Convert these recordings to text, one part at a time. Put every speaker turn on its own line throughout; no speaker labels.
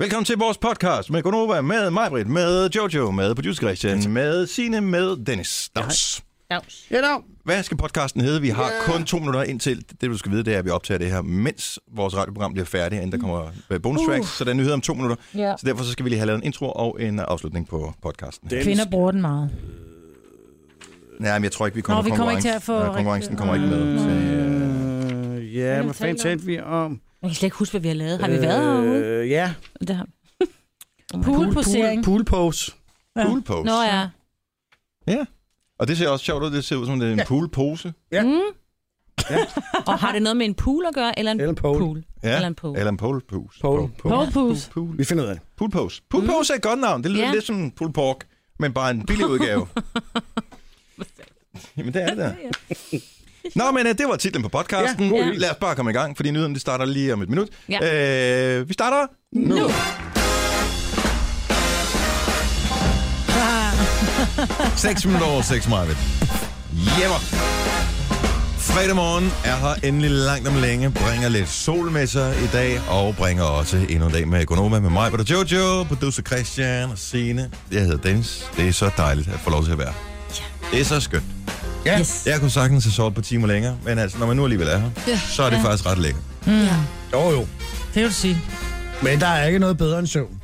Velkommen til vores podcast med Gonova, med Majbrit, med Jojo, med producer Christian, med Sine, med Dennis. Dags.
Dags.
Ja, da.
Hvad skal podcasten hedde? Vi har kun to minutter indtil. Det, du skal vide, det er, at vi optager det her, mens vores radioprogram bliver færdigt, inden der kommer
Mm.
øh, bonus tracks.
Uh.
Så der er nyheder om to minutter.
Ja.
Så derfor så skal vi lige have lavet en intro og en afslutning på podcasten.
Dennis,
Kvinder bruger den meget.
Nej, men jeg tror ikke, vi kommer,
Nå, vi kommer ikke til at få
konkurrencen. Nej, konkurrencen
rigtig- Mm.
kommer ikke med. Til, øh,
Øh, ja, hvad fanden talte vi om?
Jeg kan slet ikke huske, hvad vi har lavet. Har vi været herude?
Øh, ja.
Det har... Poolposering.
Pool, pool pose.
Ja.
pool pose.
Nå ja.
Og det ser også sjovt ud. Det ser ud som, det er en
Ja.
poolpose.
Ja.
Mm.
Ja. Øh,
Og har det noget med en pool at gøre, eller en
Eller en pole.
pool?
Ja.
Eller en pool.
Eller en poolpose.
Pole.
Pole pose.
Pool.
Vi finder ud af det.
Poolpose. Poolpose er et godt navn. Det lyder
Ja.
lidt som pulled pork, men bare en billig udgave. Jamen, det er det der. Nå, men øh, det var titlen på podcasten.
Ja,
Ja,
god idé.
Lad os bare komme i gang, fordi nyhederne de starter lige om et minut.
Ja.
Øh, vi starter nu.
Nu. Ah.
6 minutter over 6, Marvitt. Jemmer. Fredag morgen er her endelig langt om længe, bringer lidt sol med sig i dag, og bringer også endnu en dag med Economa, med mig, og Jojo, producer Christian og Signe. Jeg hedder Dennis. Det er så dejligt at få lov til at være. Det er så skønt. Ja,
Yes.
jeg kunne sagtens have sovet på timer længere, men altså, når man nu alligevel er her,
Ja.
så er det faktisk ret lækkert.
Jo, jo.
Det vil sige.
Men der er ikke noget bedre end søvn.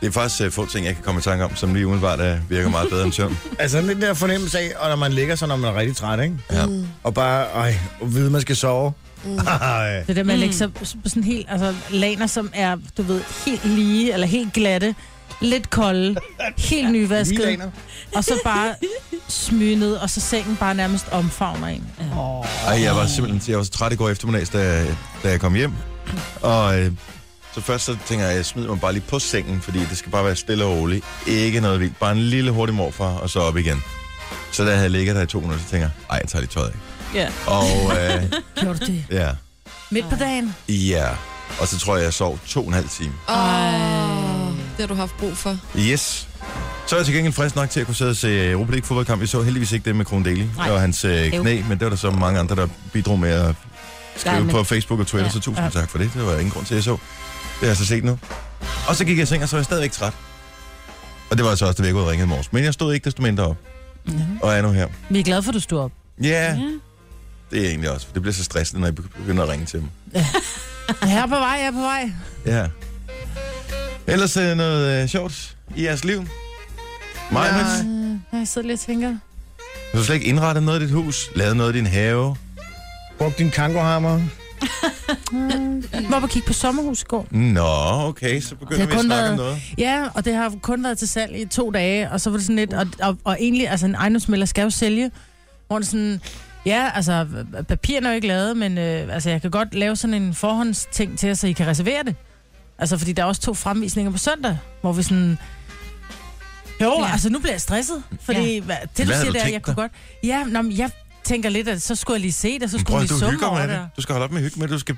Det er faktisk uh, få ting, jeg kan komme i tanke om, som lige umiddelbart uh, virker meget bedre end søvn.
Altså den der fornemmelse af, og når man ligger sig, når man er rigtig træt, ikke?
Ja.
Og bare, ej, og vide, man skal sove. Mm. Ej.
Det der med at lægge sig på sådan helt, altså laner, som er, du ved, helt lige, eller helt glatte, lidt kolde, helt nyvasket,
Milaner.
og så bare smyge ned, og så sengen bare nærmest omfavner en.
Ej, jeg var simpelthen jeg var så træt i går eftermiddags, da, da jeg kom hjem. Og øh, så først så tænker jeg, at jeg smider mig bare lige på sengen, fordi det skal bare være stille og roligt. Ikke noget vildt. Bare en lille hurtig morfar, og så op igen. Så da jeg havde ligget der i to minutter, så tænker jeg, ej, jeg tager lige tøjet af.
Ja.
Og øh,
Gjorde du det?
ja,
Midt på dagen?
ja. Og så tror jeg, jeg sov to og en halv time.
Ej.
Åh, det har du haft brug for.
Yes. Så er jeg til gengæld frisk nok til at kunne sidde og se øh, Europa League fodboldkamp. Vi så heldigvis ikke det med Kron Daly
Nej.
og hans øh,
Øv.
knæ, men det var der så mange andre, der bidrog med at skrive
Ja, men-
på Facebook og Twitter, ja. så
Ja.
tusind ja.
Ja.
tak for det. Det var ingen grund til, at jeg så. Det har jeg så set nu. Og så gik jeg i seng, og så var jeg stadigvæk træt. Og det var altså også, da vi ikke ringet i morges. Men jeg stod ikke desto mindre op,
Ja.
og er nu her.
Mm-hmm. Vi er glade for, at du stod op.
Ja, yeah. det er egentlig også. for Det bliver så stressende, når jeg begynder at ringe til dem.
Jeg er på vej, jeg er på vej.
Ja. Ellers øh, noget øh, sjovt i jeres liv? Mig, Nej.
Ja, Øh, jeg sidder lige og tænker.
Har du slet ikke indrettet noget i dit hus? Lavet noget i din have?
Brug din kangohammer.
Jeg var på kigge på sommerhus i går.
Nå, okay, så begynder
Det har
vi at
kun
snakke om
været-
noget.
Ja, og det har kun været til salg i to dage, og så var det sådan lidt, og, og, og egentlig, altså en ejendomsmælder skal jo sælge, hvor det sådan, ja, altså papirerne er jo ikke lavet, men øh, altså, jeg kan godt lave sådan en forhåndsting til jer, så I kan reservere det. Altså, fordi der er også to fremvisninger på søndag, hvor vi sådan... Jo, ja.
Ja.
altså nu bliver jeg stresset, fordi ja. hvad, det, du
Hvad havde
siger,
du
det er, at jeg
tænkt
kunne
dig?
godt... Ja, nå, men jeg tænker lidt, at så skulle jeg lige se det, så
Prøv
skulle
at
vi
du
summe
hygger
over
med
det.
det. Du skal holde op med at hygge med det. Du skal...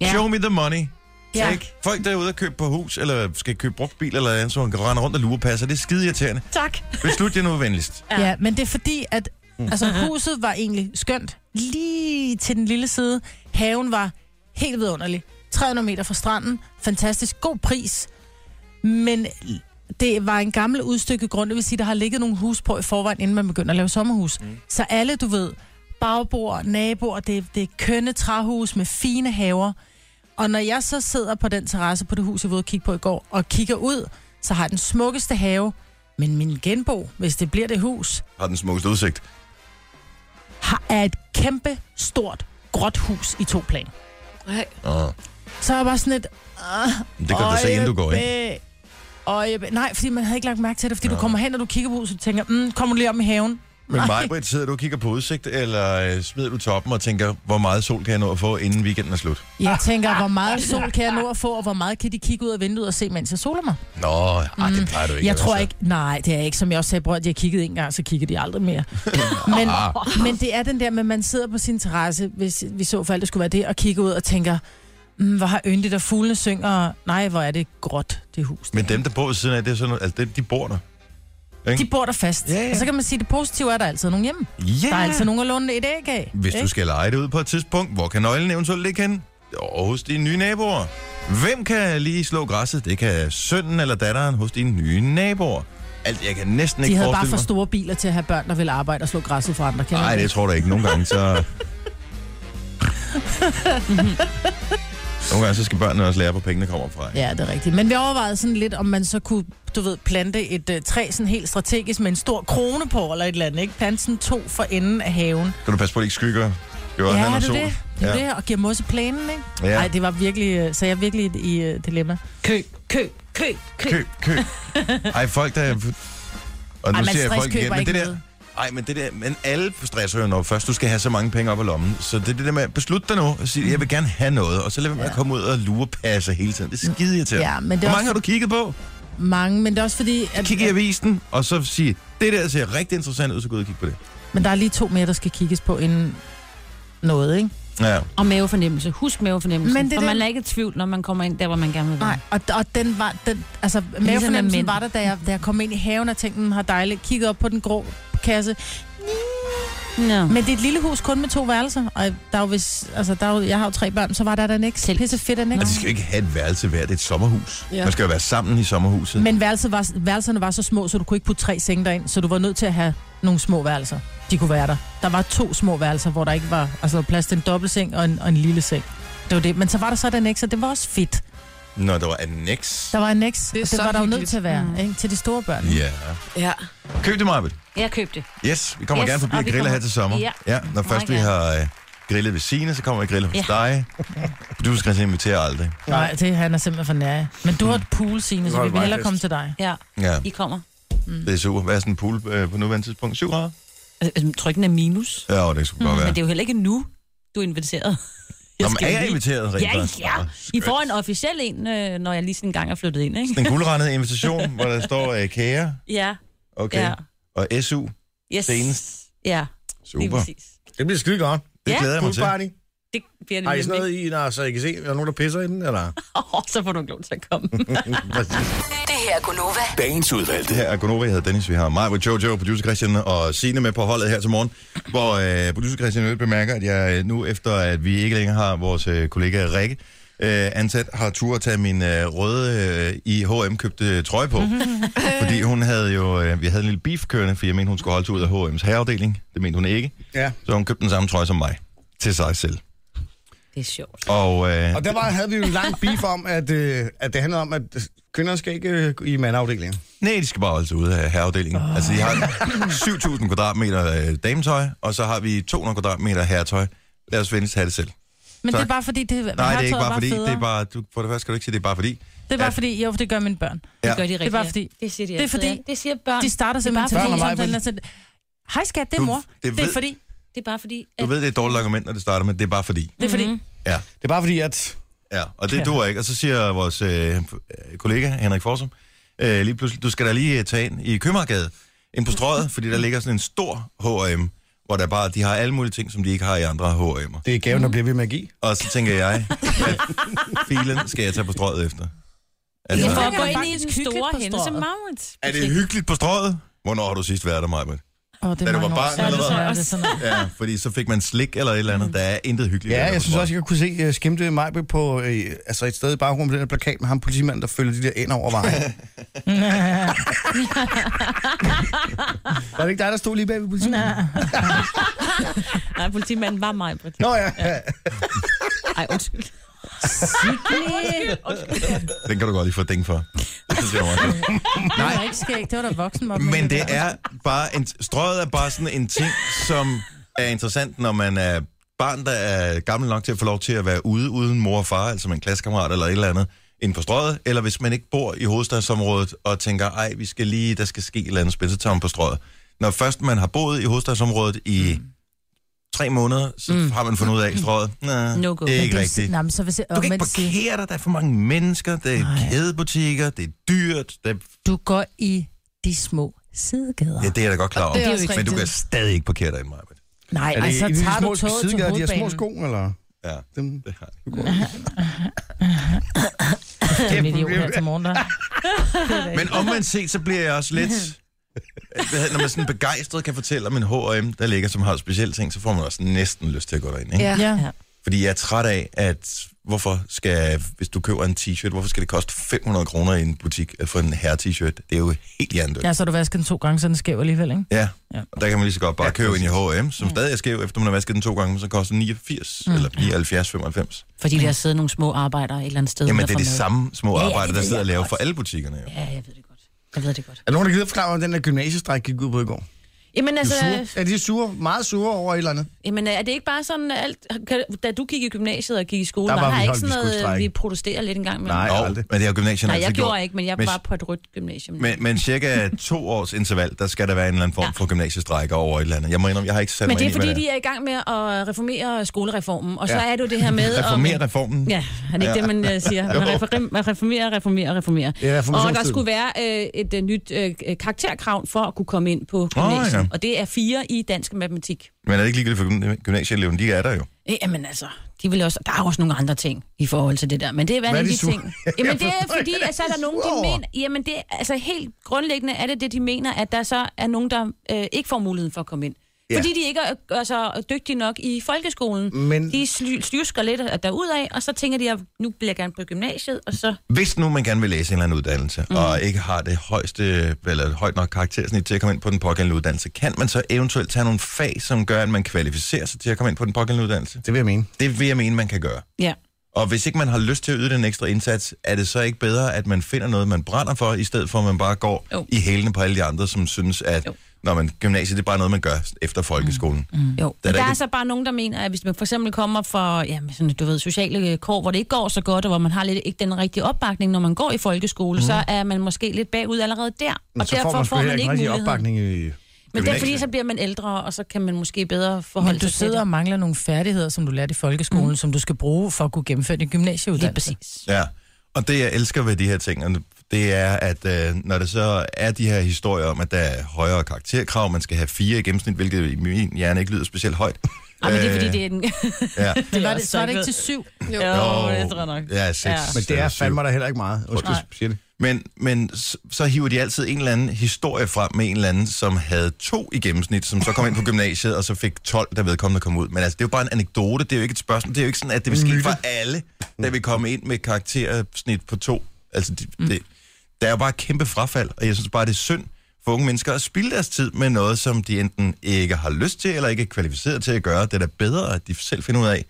Ja.
Show me the money.
Ja.
Ikke? Folk, der er ude og købe på hus, eller skal købe brugt bil, eller andet, så kan rende rundt og lure passer. Det er skide irriterende.
Tak.
Beslut jer nu venligst.
Ja. ja, men det er fordi, at altså, huset var egentlig skønt. Lige til den lille side. Haven var helt vidunderlig. 300 meter fra stranden. Fantastisk god pris. Men det var en gammel udstykket grund, det vil sige, der har ligget nogle hus på i forvejen, inden man begynder at lave sommerhus. Mm. Så alle, du ved, bagbord, naboer, det, det er kønne træhus med fine haver. Og når jeg så sidder på den terrasse på det hus, jeg var ude og kigge på i går, og kigger ud, så har jeg den smukkeste have. Men min genbo, hvis det bliver det hus,
Har den smukkeste udsigt.
har, er et kæmpe, stort, gråt hus i to plan.
Nej.
Åh,
Så er jeg bare sådan et... "Ah,
det kan du da se, inden du går ind.
øjebæk, øjebæk." Nej, fordi man havde ikke lagt mærke til det, fordi
Nå.
du kommer hen, og du kigger på huset og tænker, mm, kommer du lige om i haven?
Men
Nej.
mig, Britt, sidder du og kigger på udsigt, eller øh, smider du toppen og tænker, hvor meget sol kan jeg nå at få, inden weekenden er slut?
Jeg tænker, hvor
Ah.
meget sol kan jeg nå at få, og hvor meget kan de kigge ud af vinduet og se, mens jeg soler mig?
Nå, ej, det plejer du ikke.
Jeg
at
tror
være så.
ikke, nej, det er ikke, som jeg også sagde, bror, at de har kigget en gang, så kigger de aldrig mere. men, men det er den der med, at man sidder på sin terrasse, hvis vi så for alt, det skulle være det, og kigger ud og tænker, mm, hvor har yndigt, og fuglene synger, og nej, hvor er det gråt, det hus. der."
Men dem, der bor ved siden af, det er sådan noget, altså, det- de bor der.
de bor der fast.
Ja, ja.
Og så kan man sige, at det positive er, at der er altid nogen hjemme.
Ja!
Der er altid altså nogen at låne et æg af.
Hvis
ikke?
du skal lege det ud på et tidspunkt, hvor kan nøglen eventuelt ligge henne? og hos dine nye naboer. Hvem kan lige slå græsset? Det kan sønnen eller datteren hos dine nye naboer. Alt, jeg kan næsten
De
ikke
havde bare
forestille
for
mig.
store biler til at have børn, der ville arbejde og slå græsset for andre. Kender
Nej,
du
det tror jeg da ikke. Nogle gange så... Nogle gange så skal børnene også lære, hvor pengene kommer fra. ikke?
Ja, det er rigtigt. Men vi overvejede sådan lidt, om man så kunne, du ved, plante et uh, træ sådan helt strategisk med en stor krone på, eller et eller andet, ikke? Plante sådan to for enden af haven.
Så du passer på, at det ikke skygger. Jo, ja, han
er
og
det
sol.
det? Det er ja. det, og giver mos i planen, ikke?
Ja.
Nej, det var virkelig, øh, så jeg er virkelig i et- i øh, dilemma.
Køb, køb, køb, køb.
Køb, køb. Ej, folk der... Og nu
Ej,
Ej,
man
ser jeg folk
stresskøber
igen, men det
ikke
der...
noget.
Ej, men det der, men alle stresser jo, når først du skal have så mange penge op i lommen. Så det er det der med, beslut dig nu, og sig, jeg vil gerne have noget, og så lad være med at
Ja.
komme ud og lurepasse hele tiden. Det er skide irriterende.
Ja, men det
Hvor
er
mange
også-
har du kigget på?
Mange, men det er også fordi, at,
Kig i avisen, og så sige, det der ser rigtig interessant ud, så gå ud og kig på det.
men der er lige to mere, der skal kigges på inden noget, ikke?
Ja.
Og mavefornemmelse. Husk mavefornemmelsen.
Men
Men
det er
det for
det-
man er ikke i tvivl, når man kommer ind der, hvor man gerne vil være.
Nej, og, og den var, den, altså
med
mavefornemmelsen
mænd.
var der, da jeg, da jeg kom ind i haven og tænkte, "Mm, har dejligt, kiggede op på den grå kasse.
No.
Men det er et lille hus kun med to værelser, og der er jo hvis, altså der er jo, jeg har jo tre børn, så var der den ikke
Selv.
pisse fedt den
Og
ikke.
Altså, de skal jo ikke have et værelse hver, det er et sommerhus. Ja.
Ja.
Man skal jo være sammen i sommerhuset.
Men værelset var, værelserne var så små, så du kunne ikke putte tre senge derind, så du var nødt til at have nogle små værelser. De kunne være der. Der var to små værelser, hvor der ikke var altså, der var plads til en dobbeltseng og en, og en lille seng. Det var det. Men så var der så den ekstra. Det var også fedt.
Når der var annex.
Der var en eks,
Det er
og det
så
var der jo nødt
hyggeligt.
til at være.
Mm.
Ikke? Til de store børn.
Ja.
Ja.
Køb det, Marvitt.
Jeg købte det.
Yes, vi kommer yes,
Yes,
gerne forbi
og
og
vi
griller
kommer-
her til sommer.
Ja.
ja når først
Meget
vi har øh, grillet ved Signe, så kommer vi og griller hos ja.
Ja.
dig. Du skal altså invitere aldrig.
Nej, det han er simpelthen for nær. Men du har et pool, Signe,
Du
så
har
vi
et
vil hellere
vejfest.
komme til dig.
Ja,
Ja,
I kommer.
det er super. Hvad er sådan en pool øh, på nuværende tidspunkt? 7 grader?
Øh, Trykken er minus.
Ja, jo, det skulle godt
Mm, Men
være.
det er jo heller ikke nu, du er inviteret.
Nå, men er
skal
jeg
lige-
inviteret rent
Ja,
faktisk?
ja.
Nå,
I
skønt.
får en officiel en, øh, når jeg lige sådan en gang er flyttet ind, ikke?
Den guldrendede invitation, hvor der står øh, kære,
Ja,
okay,
ja.
ja. og SU.
Yes.
Senest.
Ja, lige
Super.
præcis.
Det bliver skide godt.
Det
Ja.
glæder jeg mig
Pool
til.
party.
Det bliver det
Har I sådan
nemlig.
noget i, når, så I kan se, er der nogen, der pisser i den, eller?
Åh, så får du ikke lov til at komme.
Præcis.
Det her er Gunova.
Dagens udvalgte.
Det her er Gunova, jeg hedder Dennis, vi har mig, hvor Jojo, producer Christian og Signe med på holdet her til morgen, hvor øh, producer Christian Øl bemærker, at jeg øh, nu efter, at vi ikke længere har vores øh, kollega Rikke øh, ansat, har tur at tage min øh, røde øh, i H&M købte trøje på. fordi hun havde jo, øh, vi havde en lille beef kørende, for jeg mente, hun skulle holde sig ud af H&M's herreafdeling. Det mente hun ikke.
Ja.
Så hun købte den samme trøje som mig til sig selv.
Det er sjovt.
Og, øh,
Og der var, havde vi jo en lang beef om, at, øh, at det handler om, at kvinder skal ikke øh, i mandafdelingen.
Nej, de skal bare holde sig ude af herreafdelingen. Oh. Altså, de har 7.000 kvadratmeter øh, dametøj, og så har vi 200 kvadratmeter herretøj. Lad os venligst have det selv.
Men det
Tak.
er bare fordi, det,
Nej, det er ikke bare fordi.
Federe.
Det er bare, du, for det første skal du ikke sige, det er bare fordi.
det er bare
at-
fordi, jo, for det gør mine børn.
Ja.
Det gør de rigtigt.
bare fordi-
Det siger de
det er
altid,
fordi-
ja. Det siger børn.
De starter
bare
simpelthen
fordi-
telefonsamtalen og sådan, hej skat, det er
Du-
mor.
det
Det, det
ved-
er fordi,
Det er bare fordi... Mhm.
Du ved, det er et dårligt argument, når det starter med, det er bare fordi.
det er fordi.
Ja,
Det er bare fordi, at...
ja. og det duer ikke. Og så siger vores øh, f- øh, kollega, Henrik Forsum, øh, lige pludselig, du skal da lige øh, tage ind i Købmagergade, ind på strøget, fordi der ligger sådan en stor H&M, hvor der bare, de har alle mulige ting, som de ikke har i andre H&M'er.
Det er gaven, der bliver ved med at give.
Og så tænker jeg, at filen skal jeg tage på strøget efter.
Ja,
Altså,
for at
Det er
gå ind i
faktisk
den
hyggeligt
store
på
hende
strøget.
som Maurits.
er det hyggeligt på strøget? Hvornår har du sidst været der, Majbert?
Åh, oh, det
Da du
er mange
var
år
barn,
siden.
eller hvad?
Ja, det er sådan noget.
Ja, fordi så fik man slik eller et eller andet. Der er intet hyggeligt. ved at
Ja,
være
jeg
på
synes
Strøget.
også, jeg kunne se uh, skimte mig på uh, altså et sted i baggrunden på den her plakat med ham politimanden, der følger de der ind over vejen. var det ikke dig, der stod lige bag ved politimanden?
Nej, politimanden var mig, Britt.
Nå ja. ja.
Ej, undskyld.
Den kan du godt lige få ding for. Det synes jeg er meget sjovt.
Det var ikke skægt, det var da voksen
Men det er bare en, strøget er bare sådan en ting, som er interessant, når man er barn, der er gammel nok til at få lov til at være ude uden mor og far, altså med en klassekammerat eller et eller andet, inden for strøget, eller hvis man ikke bor i hovedstadsområdet og tænker, ej, vi skal lige, der skal ske et eller andet spil, så tager man på strøget. Når først man har boet i hovedstadsområdet i mm. tre måneder, så mm. har man fundet ud af strøget. Næh,
No go.
det er ikke
Men
rigtigt.
Nej, men så hvis jeg
Du kan ikke
omvendt sige,
parkere dig, der er for mange mennesker, det er
Nej.
kædebutikker, det er dyrt, det er,
du går i de små sidegader.
ja, det er jeg da godt klar over.
Det er
jo
også
ikke-
Men du kan
rigtigt.
stadig ikke parkere dig i mig.
Nej,
Er det
altså
i de
tager
små
du toget til
sidegader, de har små
hovedbanen.
sko, eller?
Ja,
Dem.
det har jeg.
Det er en idiot her til morgen, der.
Men omvendt set, så bliver jeg også lidt... Hvad hedder- Når man sådan begejstret kan fortælle om en H&M, der ligger, som har specielle ting, så får man også næsten lyst til at gå derind, ikke?
Ja.
Ja.
Fordi jeg er træt af, at hvorfor skal, hvis du køber en t-shirt, hvorfor skal det koste 500 kroner i en butik øh, for en herre-t-shirt? Det er jo helt hjernedødt.
Ja, så har du vasket den to gange, så den skæv alligevel, ikke?
Ja,
Ja.
og der kan man lige så godt bare
Ja,
ja, købe en i H&M, som stadig er skæv, efter man har vasket den to gange, men så koster den 89 mm. eller 79, 95.
Fordi der sidder nogle små arbejdere et eller andet sted.
Jamen,
der
det er
får
de
mad.
samme små
Ja, ja,
arbejder,
det
der
ved
sidder og
jeg
laver
godt.
for alle butikkerne. Jo.
Ja, jeg ved det godt. Jeg ved det godt.
Er der nogen, der gider forklare, mig, hvad den der gymnasiestræk gik ud på i går?
Jamen
Er,
altså,
de sure? er de sure? Meget sure over et eller andet?
jamen, er det ikke bare sådan, at alt, kan, da du gik i gymnasiet og gik i skole,
Der
der,
var
var
vi
ikke
holdt
sådan
vi
noget,
skolestrejke.
vi protesterer lidt engang med.
Nej,
Jo,
aldrig.
men det har gymnasiet
Nej,
altid
jeg
gjort.
gjorde ikke, men jeg
Altså, Men-
var på et rødt gymnasium.
Men, men cirka to års interval, der skal der være en eller anden form
Ja.
for gymnasiestrækker over et eller andet. Jeg må indrømme, jeg har ikke sat
Men
mig
det er
ind i,
fordi,
hvad
de er i gang med at reformere skolereformen, og så ja. er det jo det her med... om-
Reformer reformen.
Ja, er det ikke det, man øh, siger? Man reform- man reformerer, reformerer, reformerer.
Ja,
og der
reformationstiden.
skulle være øh, et øh, nyt øh, karakterkrav for at kunne komme ind på gymnasiet.
ja.
Og det er fire i dansk matematik.
Men er det ikke ligegyldigt for gymnasieeleven? De er der jo.
Jamen altså, de vil også, der er også nogle andre ting i forhold til det der, men det er hver
Hvad er
en
de
af de
sure?
ting.
Jamen det er
forstår
fordi,
ikke,
at så er der nogen,
hvad de er
de
sure over.
mener... Jamen det er, altså helt grundlæggende er det det, de mener, at der så er nogen, der øh, ikke får muligheden for at komme ind.
Ja.
Fordi de ikke er altså, dygtige nok i folkeskolen.
Men-
De sly- slysker lidt øh, derudad, og så tænker de, at nu bliver jeg gerne på gymnasiet, og så...
Hvis nu man gerne vil læse en eller anden uddannelse, mm. og ikke har det højeste, eller et højt nok karaktersnit til at komme ind på den pågældende uddannelse, kan man så eventuelt tage nogle fag, som gør, at man kvalificerer sig til at komme ind på den pågældende uddannelse?
Det vil jeg mene.
Det vil jeg mene, man kan gøre.
Ja.
Og hvis ikke man har lyst til at yde den ekstra indsats, er det så ikke bedre, at man finder noget, man brænder for, i stedet for at man bare går
Jo.
i hælene på alle de andre, som synes, at
Jo.
når man gymnasiet, det er bare noget, man gør efter folkeskolen. Mm. Mm.
Jo,
Der er
der, er,
da
der
ikke-
er så bare nogen, der mener, at hvis man for eksempel kommer fra ja, sådan, du ved, sociale øh, kår, hvor det ikke går så godt, og hvor man har lidt ikke den rigtige opbakning, når man går i folkeskole,
Mhm.
mm. så er man måske lidt bagud allerede der,
Men
og derfor får man,
sgu heller
ikke
rigtig
muligheden.
opbakning i...
Men det er fordi,
Gymnasiet.
så bliver man ældre, og så kan man måske bedre forholde
Men du
sig til
sidder og
det.
mangler nogle færdigheder, som du lærte i folkeskolen, mm. som du skal bruge for at kunne gennemføre din gymnasieuddannelse.
Lige præcis.
Ja, og det jeg elsker ved de her ting, og det er, at øh, når der så er de her historier om, at der er højere karakterkrav, man skal have fire i gennemsnit, hvilket i min hjerne ikke lyder specielt højt.
Ej, men det er fordi,
Øh,
det er den...
Ja.
Det var
Jeg
det,
er
så var det
så
ikke til syv.
Jo,
det tror jeg nok.
Ja, seks.
Ja.
Men det er
eller syv.
fandme der heller ikke meget. Undskyld,
Nej.
jeg siger det.
Men, men s- så hiver de altid en eller anden historie frem med en eller anden, som havde to i gennemsnit, som så kom ind på gymnasiet, og så fik 12, der vedkommende kom ud. Men altså, det er jo bare en anekdote, det er jo ikke et spørgsmål. Det er jo ikke sådan, at det vil ske for alle, der vil komme ind med karaktersnit på to. Altså, det, mm. det, der er jo bare et kæmpe frafald, og jeg synes bare, det er synd for unge mennesker at spilde deres tid med noget, som de enten ikke har lyst til, eller ikke er kvalificeret til at gøre. Det er da bedre, at de selv finder ud af,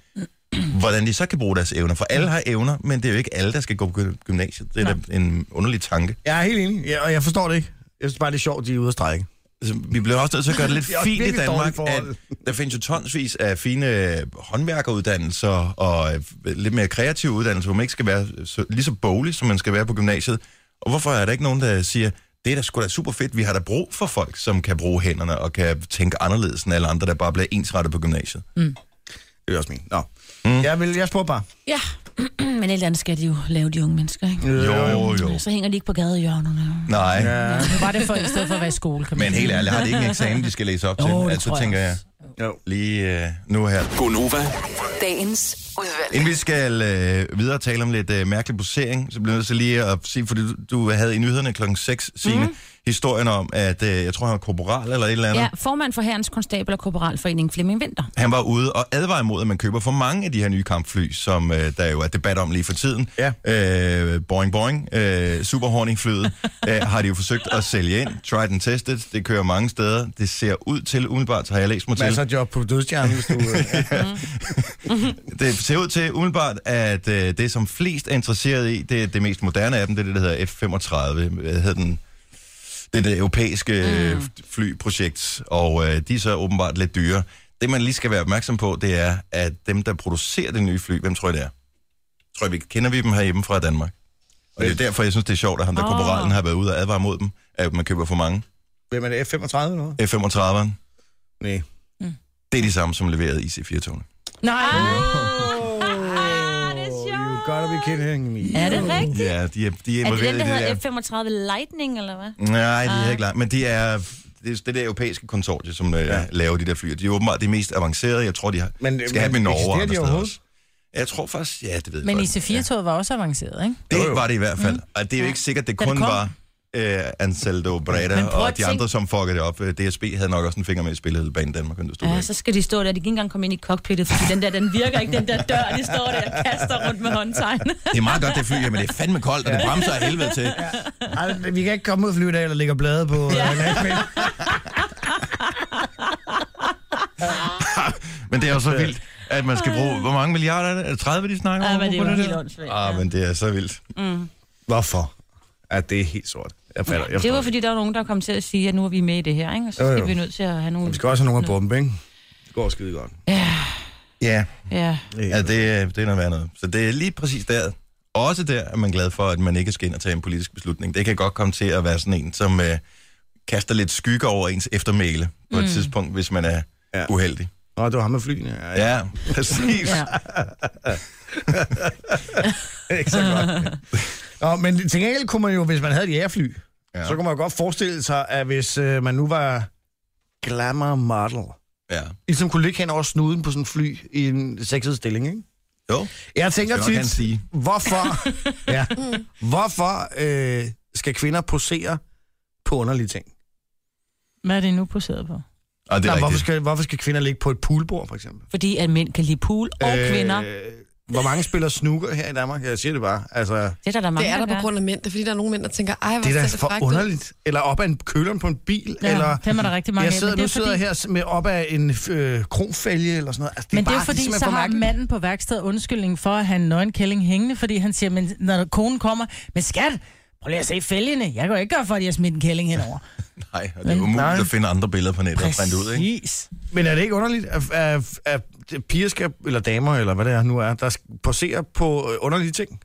hvordan de så kan bruge deres evner. For alle
Mm.
har evner, men det er jo ikke alle, der skal gå på gy- gymnasiet. Det er da en underlig tanke.
Jeg er helt enig, ja, og jeg forstår det ikke. Jeg synes bare, det er sjovt, de er ude at strække.
Altså, vi bliver også nødt til at gøre det lidt
Det er også
fint i
virkelig
Danmark,
dårligt
at
forhold.
der findes jo tonsvis af fine øh, håndværkeruddannelser og øh, lidt mere kreative uddannelser, hvor man ikke skal være så, lige så boglig, som man skal være på gymnasiet. Og hvorfor er der ikke nogen, der siger, det er da sgu da super fedt, vi har da brug for folk, som kan bruge hænderne og kan tænke anderledes end alle andre, der bare bliver ensrettet på gymnasiet.
Det er også min. Nå. Mm. Jeg, vil, jeg spurgte bare.
Ja, men et eller andet skal de jo lave de unge mennesker, ikke?
Jo, jo.
Så hænger de ikke på gadehjørnerne.
Nej.
Øh, Ja.
Nu var det for, i stedet for at være i skole, kan man
Men
sige.
helt ærligt, har det ikke en eksamen, de skal læse op til?
Jo, det
altså,
tror jeg
tænker jeg,
også.
Jo.
lige øh, nu her.
Gonova,
Dagens udvalgte.
Inden vi skal øh, videre tale om lidt øh, mærkelig posering, så bliver jeg nødt til lige at sige, fordi du, du havde i nyhederne klokken 6, Signe, mm. historien om, at øh, jeg tror, han var korporal eller et eller andet.
Ja, formand for Herrens Konstabel og Korporalforening Flemming Vinter.
Han var ude og advarer imod, at man køber for mange af de her nye kampfly, som øh, der jo er debat om lige for tiden.
Ja.
Øh, Boeing Boeing, øh, Super Horning-flyet, øh, har de jo forsøgt at sælge ind. Tried and tested, det kører mange steder. Det ser ud til, umiddelbart har jeg læst mig til.
Masser af altså, job på dødstjernen, hvis du... øh, ja.
Det ser ud til umiddelbart, at øh, det, som flest er interesseret i, det er det mest moderne af dem, det er det, der hedder F-35. Hvad hedder den? Det er det europæiske mm. flyprojekt, og øh, de er så åbenbart lidt dyre. Det, man lige skal være opmærksom på, det er, at dem, der producerer det nye fly, hvem tror I det er? Tror I, vi kender vi dem herhjemme fra Danmark? Og det er derfor, jeg synes, det er sjovt, at ham der oh. korporalen har været ude og advare mod dem, at man køber for mange.
Hvem er det? F-35 eller noget?
F-35'eren,
Nej.
det er de samme, som leverede IC-4-togene.
Nej,
Oh, you gotta be kidding me.
Er det rigtigt?
Ja, de er, de er
Er det
involveret
den,
i
der
det
hedder
der.
F-35 Lightning, eller hvad?
Nej, de er ikke langt, men de er det, er det der europæiske konsortie, som øh, ja. laver de der fly. De er åbenbart de mest avancerede. Jeg tror, de har,
Men-
skal
men
have dem i Norge
eksisterer
og
de
andre steder
overhovedet?
også. Jeg tror faktisk, ja, det ved jeg
men
godt.
IC4-toget var også avanceret, ikke?
Det
Jo, jo.
var det i hvert fald. Mm. Og det er jo ikke sikkert, det
det
kun
kom.
var... øh, Ansel Dobreda
Men prøv
og
at
de
tænk-
andre, som fuckede det op. Øh, DSB havde nok også en finger med i spillet, eller Banen Danmark, men det stod
Ja,
bag.
så skal de stå der. De kan ikke engang komme ind i cockpittet, fordi den der, den virker ikke, den der dør, de står der og kaster rundt med håndtegn.
Det er meget godt, det fly, men det er fandme koldt, og det bremser af helvede til.
Ej, vi kan ikke komme ud og flyve i dag, der ligger blade på. Ja.
Men det er jo så vildt, at man skal bruge... Hvor mange milliarder er det? Er det 30, de snakker
Ja,
om?
men det
på
er jo
der?
helt åndssvagt.
Ah, men det er så vildt.
Hvorfor? Ja, det er helt sort. Jeg fatter, jeg
Det
forstår
var, fordi der var nogen, der kom til at sige, at nu er vi med i det her, ikke? Og så
Jo, jo.
skal vi nødt til at have nogle...
Vi skal også have nogle af bombe, ikke? Det går skide godt.
Ja,
Ja.
ja det, er- det er noget værd noget. Så det er lige præcis der. Også der er man glad for, at man ikke skal ind og tage en politisk beslutning. Det kan godt komme til at være sådan en, som øh, kaster lidt skygge over ens eftermæle på et tidspunkt, hvis man er
Ja.
uheldig.
Nå, det var ham med flyene. Ja, ja.
Ja, præcis.
Ja.
ikke så godt. Nå, men til gengæld kunne man jo, hvis man havde et jægerfly,
Ja.
ja. så kunne man jo godt forestille sig, at hvis øh, man nu var glamour model,
Ja.
ligesom kunne ligge hen over snuden på sådan en fly i en sexet stilling, ikke?
Jo,
Jeg tænker
Skal nok gerne
tit,
sige.
hvorfor, ja, hvorfor øh, skal kvinder posere på underlige ting?
Hvad er det nu poseret på?
og det er
Nå, hvorfor,
rigtigt.
skal, hvorfor skal kvinder ligge på et poolbord, for eksempel?
Fordi at mænd kan lide pool og øh... kvinder.
Øh, hvor mange spiller snooker her i Danmark? Jeg siger det bare. Altså,
Det er der, der er mange,
Det er der
der
på
gør.
grund af mænd. Det er fordi, der er nogle mænd, der tænker, ej, hvor
det er
ser
da for
frækt ud.
underligt. Eller op ad en køleren på en bil,
Ja,
eller...
dem er der rigtig mange
jeg
af,
sidder,
men det
nu
er
sidder
fordi-
jeg her med op ad en øh, kronfælge eller sådan noget. Altså, det
Men
er bare,
det er fordi,
ligesom
simpelthen
så
for
har
mærkeligt.
manden på værkstedet undskyldning for at have en nøgen kælling hængende, fordi han siger, men når konen kommer, men skat, prøv lige at se fælgene. Jeg kan jo ikke gøre for, at jeg har smidt en kælling henover.
Nej, og det er umuligt
Nej.
at finde andre billeder på nettet og printe ud, ikke?
Præcis.
Men er det ikke underligt, at, at, at piger skal, eller damer, eller hvad det er nu er, der poserer på øh, underlige ting?